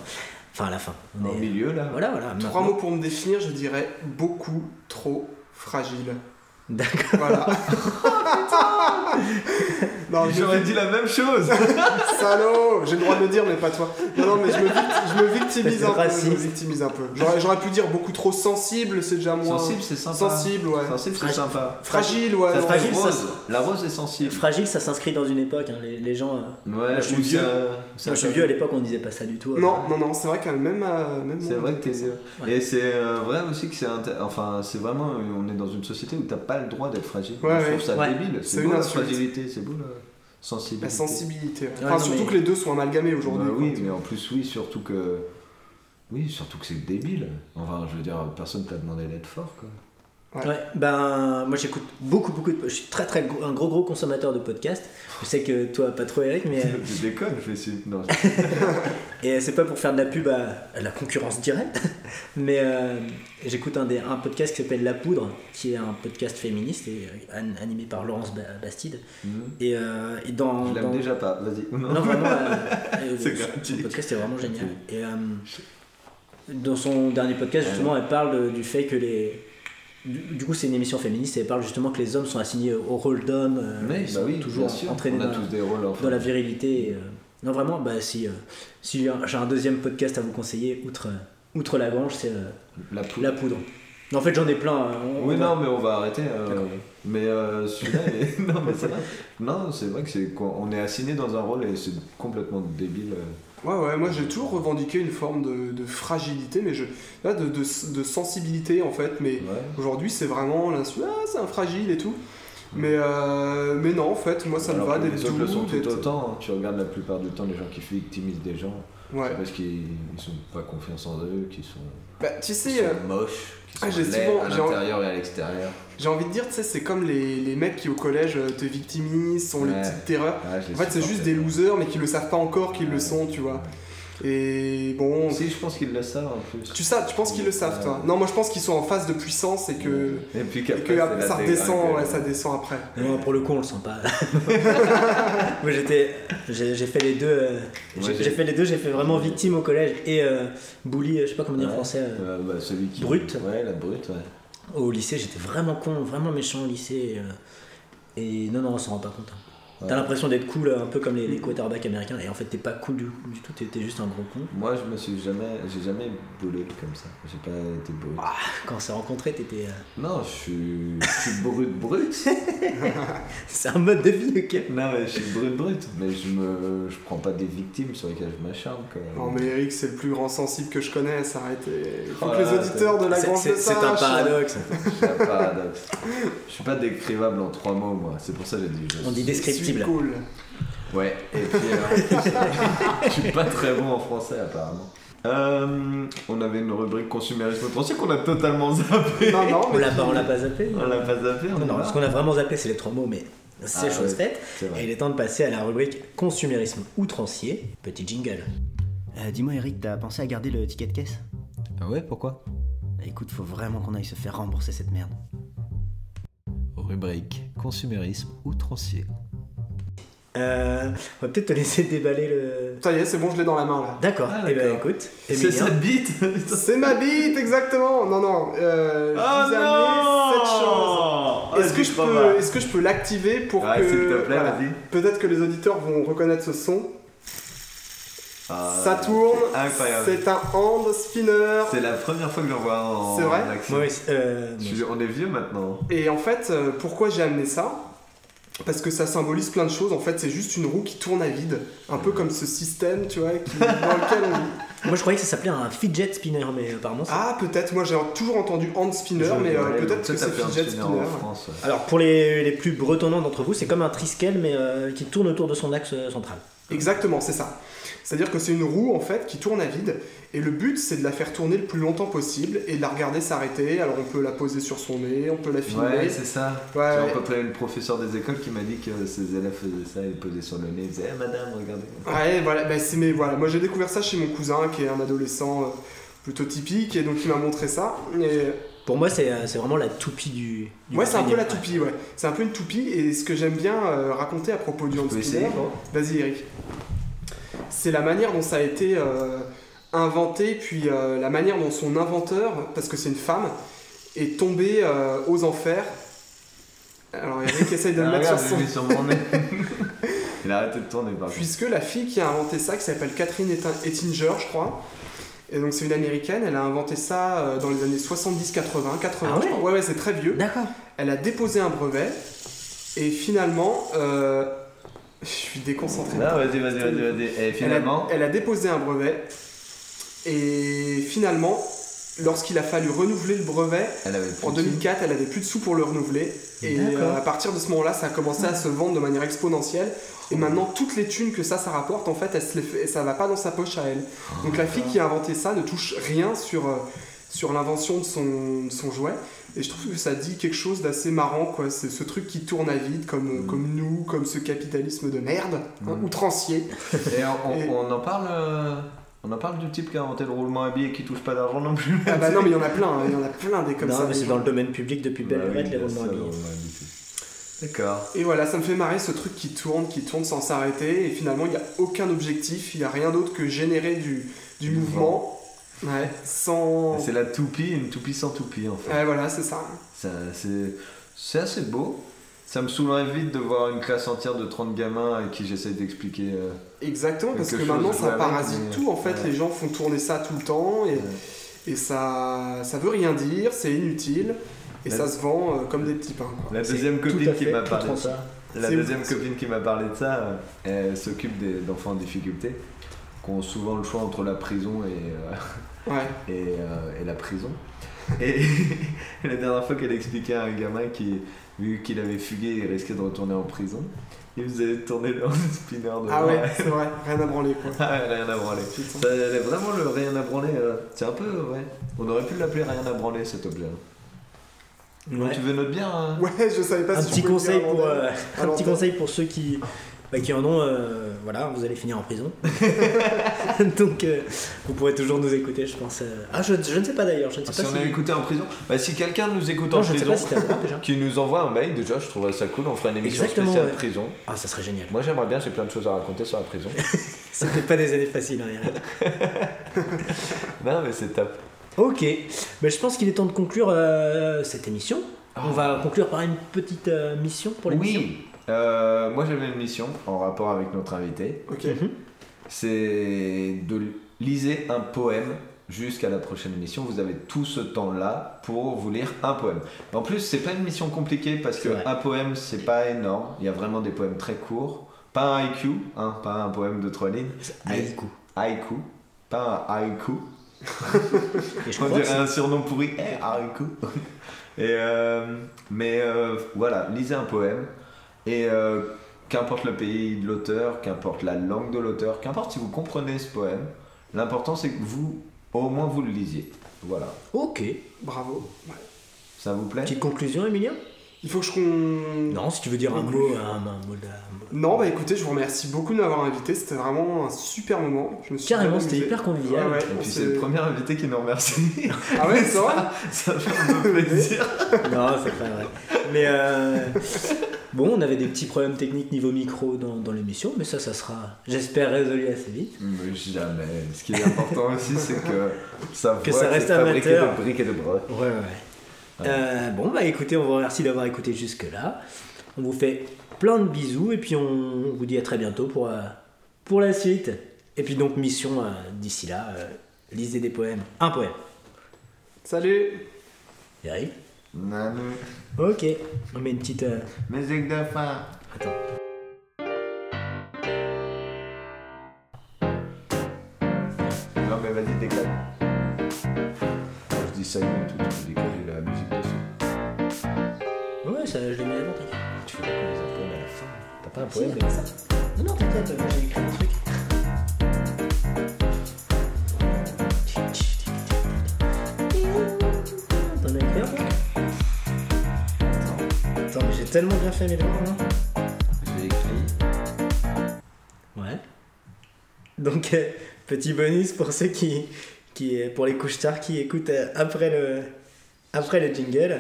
Enfin, à la fin. On est Au euh, Mais, milieu, là. Voilà, voilà. Trois maintenant. mots pour me définir, je dirais beaucoup trop fragile. D'accord. Oh, Voilà. non, je J'aurais dit la même chose. salaud J'ai le droit de le dire, mais pas toi. Non, non, mais je me, vict- je me victimise C'est un peu. Je me raciste. victimise un peu. J'aurais, j'aurais pu dire beaucoup trop sensible, c'est déjà moins. Sensible, c'est sympa. Sensible, ouais. Sensible, c'est sympa. Fragile, ouais. Ça, non, c'est fragile, ça- rose. La rose est sensible. Fragile, ça s'inscrit dans une époque. hein, Les, les gens. euh, Ouais, je suis ou vieux. ça- ça- Moi, je suis vieux à l'époque, on disait pas ça du tout. euh, Non, non, non, c'est vrai qu'à même. euh, même C'est vrai que t'es vieux. Ouais. Et c'est euh, vrai aussi que c'est inté- enfin c'est vraiment euh, on est dans une société où t'as pas le droit d'être fragile. Ouais, je ouais. trouve ça Ouais. débile. C'est C'est une beau la insulte. fragilité, c'est beau la sensibilité. La sensibilité. ouais. Enfin, non, surtout mais- que les deux sont amalgamés aujourd'hui. Aujourd'hui, quoi. Bah oui, mais en plus oui, surtout que oui, surtout que c'est débile. Enfin, je veux dire, personne t'a demandé d'être fort quoi. Ouais. Ouais, ben moi j'écoute beaucoup beaucoup de je suis très très gros- un gros gros consommateur de podcasts. Je sais que toi pas trop Eric mais euh, Je déconne, je fais si- non. et c'est pas pour faire de la pub à, à la concurrence directe mais euh, j'écoute un des un podcast qui s'appelle La Poudre qui est un podcast féministe et euh, an- animé par Laurence Ba- Bastide Mhm. et, euh, et dans, Je l'aime dans- déjà pas. Vas-y. Non, vraiment, euh, euh, C'est son gratuit. podcast est vraiment génial. Et, euh, dans son dernier podcast, justement, elle parle euh, du fait que les. Du, du coup, c'est une émission féministe et elle parle justement que les hommes sont assignés au rôle d'homme. euh, Mais ils bah sont oui, toujours bien sûr. entraînés On dans, a la- tous des rôles en fait. dans la virilité. et, euh, non, vraiment, bah, si, euh, si j'ai un- j'ai un deuxième podcast à vous conseiller, outre euh, Outre la gange, c'est euh, La poule. la poudre. En fait, j'en ai plein. euh, on- Oui, on- non, mais on va arrêter. euh, D'accord. mais euh, celui-là, est- non, mais ça va. Non, c'est vrai que c'est qu'on- on est assigné dans un rôle et c'est complètement débile. euh. Ouais, ouais, moi j'ai toujours revendiqué une forme de, de fragilité, mais je. Là, de, de- de sensibilité en fait, mais Ouais. aujourd'hui c'est vraiment l'insu. Ah, c'est un fragile et tout. Mais, euh, mais non, en fait, moi ça me Alors va que d'être Les autres le sont d'être- tout autant. hein. Tu regardes la plupart du temps les gens qui victimisent des gens. Ouais. C'est parce qu'ils ils sont pas confiants en eux, qu'ils sont, Bah, tu qu'ils sais, euh, sont moches, qu'ils sont ah, j'ai laids souvent- à j'ai- l'intérieur et à l'extérieur. j'ai envie de dire, tu sais, c'est comme les, les mecs qui au collège euh, te victimisent, sont les Ouais. petites terreurs. Ah, je les En fait, c'est supporte juste des pas. losers, mais qui le savent pas encore qu'ils le sont, tu vois. Et bon, Si, je pense qu'ils le savent en plus. tu sais, tu penses qu'ils le savent, toi Non, moi je pense qu'ils sont en phase de puissance et que. Et puis Et qu'après, que c'est après, la hein, ça dégringolade. redescend, ouais, ça descend après. Mais moi, pour le coup, on le sent pas. Moi, j'étais, j'ai j'ai fait les deux. euh, Moi, j'ai j'ai- j'ai fait les deux. J'ai fait vraiment victime au collège et euh, bully. euh, Je sais pas comment dire en Ouais. français. euh, Euh, bah, celui qui... Brute. Ouais, la brute, ouais. Au lycée, j'étais vraiment con, vraiment méchant au lycée. euh, Et non, non, on s'en rend pas compte. hein. Ouais. T'as l'impression d'être cool, euh, un peu comme les, les quarterbacks américains, et en fait, t'es pas cool du, du tout, t'es t'es juste un gros con. Moi, je me suis jamais, j'ai jamais brûlé comme ça. J'ai pas été brute. Ah, Quand on s'est rencontrés, t'étais. euh, Non, je suis, je suis brute brute. C'est un mode de vie, ok non, mais je suis brute brute. Mais je me, je prends pas des victimes sur lesquelles je m'acharne. quoi. Non mais Eric, c'est le plus grand sensible que je connaisse, arrête. et- Il faut Oh que là les là, auditeurs de la C'est- grange C'est le c'est un sachent. paradoxe. C'est un paradoxe. Je suis pas décrivable en trois mots, moi. C'est pour ça que j'ai dit. je On dit suis- descriptible. C'est cool. Ouais. Et puis, euh, je suis pas très bon en français apparemment. Euh, on avait une rubrique consumérisme français qu'on a totalement zappé. Non, non, On mais l'a pas, on l'a pas zappé On l'a pas zappé. On Non, non, y va. ce qu'on a vraiment zappé, c'est les trois mots, mais c'est Ah, chose ouais. faite. C'est vrai. Et il est temps de passer à la rubrique consumérisme outrancier. Petit jingle. Euh, Dis-moi, Eric, t'as pensé à garder le ticket de caisse Ah ouais, pourquoi Écoute, faut vraiment qu'on aille se faire rembourser cette merde. Rubrique consumérisme outrancier. Euh, on va peut-être te laisser déballer le. ça y est, c'est bon, je l'ai dans la main là. D'accord, Ah, et ben d'accord. écoute, C'est Emilien, sa bite. C'est ma bite, exactement. Non, non. Oh euh, je vous ai amené cette chose. Est-ce que, je peux, est-ce que je peux l'activer pour Ouais, que. s'il te plaît, voilà. vas-y. Peut-être que les auditeurs vont reconnaître ce son. ça tourne. Ah, Incroyable. C'est un hand spinner. C'est la première fois que j'en vois un en C'est vrai action. moi aussi, euh, Je suis- On est vieux maintenant. Et en fait, euh, pourquoi j'ai amené ça Parce que ça symbolise plein de choses. En fait, c'est juste une roue qui tourne à vide. Un peu comme ce système, tu vois, qui- dans lequel on vit. moi je croyais que ça s'appelait un fidget spinner, mais apparemment c'est- Ah, peut-être. Moi, j'ai toujours entendu hand spinner, Je- mais euh, ouais, peut-être que ça c'est fait un fidget spinner spinner. en France. ouais. Alors pour les, les plus bretonnants d'entre vous, c'est comme un triskel, mais euh, qui tourne autour de son axe euh, central. Exactement, c'est ça. C'est-à-dire que c'est une roue, en fait, qui tourne à vide. Et le but, c'est de la faire tourner le plus longtemps possible et de la regarder s'arrêter. Alors, on peut la poser sur son nez, on peut la filmer. Ouais, c'est ça. Ouais, J'ai ouais. rencontré une professeure des écoles qui m'a dit que ses élèves faisaient ça, ils posaient sur le nez, ils disaient Eh, madame, regardez. Ouais, voilà, bah, c'est mais voilà, moi j'ai découvert ça chez mon cousin qui est un adolescent euh, plutôt typique et donc il m'a montré ça. Et Pour moi, c'est euh, c'est vraiment la toupie du. du ouais, c'est un peu la bretonnien. toupie, ouais. C'est un peu une toupie et ce que j'aime bien euh, raconter à propos du On peut hand essayer spinner, vas-y Eric. C'est la manière dont ça a été euh, inventé, puis euh, la manière dont son inventeur, parce que c'est une femme, est tombé euh, aux enfers. Alors Eric essaye de le Ah, mettre regarde, sur son. j'ai mis sur mon nez. Il a arrêté de tourner Ah par contre. Puisque la fille qui a inventé ça, qui s'appelle Catherine Etin- Ettinger, je crois, et donc c'est une américaine, elle a inventé ça euh, dans les années 70, 80, 80, Ah ouais je crois. Ouais, ouais, c'est très vieux. D'accord. Elle a déposé un brevet, et finalement, euh, je suis déconcentré. Non, vas-y, vas-y, vas-y, vas-y. Et Elle a- finalement, elle a, déposé un brevet, et finalement, lorsqu'il a fallu renouveler le brevet, elle avait plus en de- 2004, elle avait plus de sous pour le renouveler. Et D'accord. euh, à partir de ce moment-là, ça a commencé à se vendre de manière exponentielle. Oh. Et maintenant, toutes les thunes que ça, ça rapporte, en fait, elle se les fait- ça va pas dans sa poche à elle. Donc la Ah. fille qui a inventé ça ne touche rien sur, euh, sur l'invention de son, de son jouet. Et je trouve que ça dit quelque chose d'assez marrant, quoi. C'est ce truc qui tourne à vide, comme, euh, Mm. comme nous, comme ce capitalisme de merde, hein, Mm. outrancier. Et on, on- Et- on en parle. euh, On en parle du type qui a inventé le roulement à billets et qui touche pas d'argent non plus. Ah bah non, mais il y en a plein, hein, il y en a plein des comme non, ça. mais des c'est gens. dans le domaine public depuis belle Bah oui, lurette, les bien roulements à sûr, billets. roulement à billets. D'accord. Et voilà, ça me fait marrer ce truc qui tourne, qui tourne sans s'arrêter, et finalement il n'y a aucun objectif, il n'y a rien d'autre que générer du, du Du mouvement. Ouais, sans. C'est la toupie, une toupie sans toupie en fait. Ouais, voilà, c'est ça. Ça- C'est c'est assez beau. Ça me saoulerait vite de voir une classe entière de 30 gamins à qui j'essaye d'expliquer. euh, Exactement, parce que Quelque chose maintenant de ça jouable, parasite mais- tout, en fait, ouais. les gens font tourner ça tout le temps, et, Ouais. et ça, ça veut rien dire, c'est inutile, et La- ça se vend euh, comme des petits pains. quoi. La C'est deuxième tout copine à qui fait, m'a tout parlé. en ça. La C'est- deuxième copine qui m'a parlé de ça, euh, elle s'occupe des- d'enfants en difficulté, qui ont souvent le choix entre la prison et, euh, Ouais. et, euh, et la prison. Et la dernière fois qu'elle expliquait à un gamin qui, vu qu'il avait fugué, il risquait de retourner en prison, il faisait tourner le spinner de Ah ouais, c'est vrai, rien à branler quoi. Ah ouais, rien à branler. Putain. Ça, elle est vraiment le rien à branler. euh, C'est un peu, euh, ouais. On aurait pu l'appeler rien à branler cet objet. hein. Ouais. Tu veux notre bière hein Ouais, je savais pas un si je petit pouvais le conseil dire pour avant euh, un avant petit d'elle. conseil pour ceux qui bah, qui en ont euh, voilà vous allez finir en prison donc euh, vous pourrez toujours nous écouter je pense euh. ah je, je ne sais pas d'ailleurs je ne sais Ah, Si pas on si est écouté en prison, bah si quelqu'un nous écoute non en je ne sais prison, pas si t'as le droit, déjà qui nous envoie un mail, déjà je trouverais ça cool, on ferait une émission Exactement, spéciale ouais. prison. ah ça serait génial Moi j'aimerais bien, j'ai plein de choses à raconter sur la prison. c'était pas des années faciles hein, Eric. non mais c'est top. ok mais je pense qu'il est temps de conclure euh, cette émission on va conclure par une petite euh, mission pour l'émission Oui, euh, moi j'avais une mission en rapport avec notre invité, Ok. Mhm. c'est de lisez un poème jusqu'à la prochaine émission. Vous avez tout ce temps-là pour vous lire un poème. En plus, c'est pas une mission compliquée parce que C'est vrai. un poème c'est pas énorme. Il y a vraiment des poèmes très courts, pas un IQ, hein, pas un poème de trois lignes, mais Haïku. haïku, pas un haïku. et je On crois que dirait un surnom pourri. Eh, haricot. Et euh, mais euh, voilà, lisez un poème. Et euh, qu'importe le pays de l'auteur, qu'importe la langue de l'auteur, qu'importe si vous comprenez ce poème, l'important c'est que vous, au moins vous le lisiez. Voilà. c'est- ok Bravo. Ouais. Ça vous plaît petite conclusion Emilien Il faut que je qu'on. non si tu veux dire un mot un, un mot de- un mot- Non, bah écoutez, je vous remercie beaucoup de m'avoir invité. C'était vraiment un super moment. Je me suis Carrément, bien c'était amusé. hyper convivial. Ouais, ouais, Et on puis s'est- c'est le premier invité qui nous remercie. Ah ouais, c'est vrai Ça fait un peu plaisir. Non, c'est pas vrai. Mais euh, bon, on avait des petits problèmes techniques niveau micro dans, dans l'émission, mais ça, ça sera, j'espère, résolu assez vite. Mais jamais. Ce qui est important aussi, c'est que ça, Que voit ça c'est reste fabriqué amateur. de briques et de brocs. Ouais, ouais. Euh, bon, bah écoutez, on vous remercie d'avoir écouté jusque-là. On vous fait plein de bisous et puis on, on vous dit à très bientôt pour, euh, pour la suite. Et puis donc, mission euh, d'ici là, euh, lisez des poèmes. Un poème. Salut Eric Nanou. Ok, on met une petite. euh, Musique de fin. Attends. Non mais vas-y décale. Quand je dis ça et tout, tu peux décaler la musique dessus. Ouais, ça, je l'ai mis avant, t'inquiète. Tu fais pas comme les Japonais à la fin. T'as pas un Si, poème avec ça. Non, non, t'inquiète, moi j'ai écrit un truc. T'en as écrit un toi Attends, mais j'ai tellement bien fait mes devoirs hein. là. J'ai écrit. Ouais. Donc, euh, petit bonus pour ceux qui. qui euh, pour les couches tard qui écoutent euh, après le. après le jingle.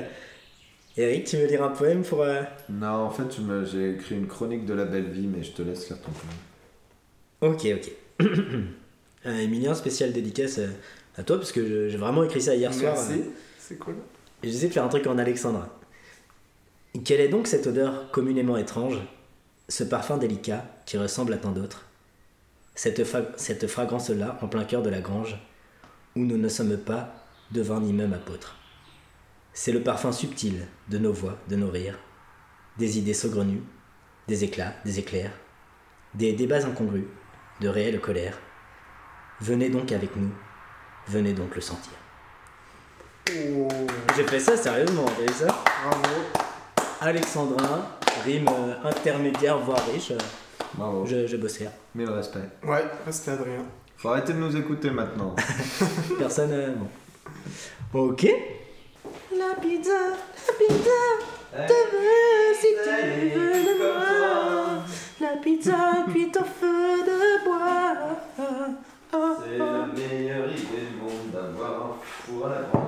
Eric, tu veux lire un poème pour. euh, Non, en fait, tu me- j'ai écrit une chronique de la belle vie, mais je te laisse faire ton poème. Ok, ok. Euh, Emilien, spécial dédicace euh, à toi, parce que je- j'ai vraiment écrit ça hier soir. Merci, euh, c'est cool. et J'essaie de faire un truc en alexandrin. Quelle est donc cette odeur communément étrange Ce parfum délicat qui ressemble à tant d'autres Cette, fa- cette fragrance-là en plein cœur de la grange, où nous ne sommes pas devins ni même apôtres. C'est le parfum subtil de nos voix, de nos rires, des idées saugrenues, des éclats, des éclairs, des débats incongrus, de réelles colères. Venez donc avec nous, venez donc le sentir. Oh, J'ai fait ça sérieusement, vous avez vu ça bravo. Alexandrin, rime euh, intermédiaire voire riche. euh, Bravo. Je, je bossais. hein. Mille respects. Ouais, restez Adrien. Faut arrêter de nous écouter maintenant. Personne. euh, bon. Ok. La pizza, la pizza, te veux si tu veux de moi. La pizza cuite au feu de bois. C'est la meilleure idée du monde d'avoir pour la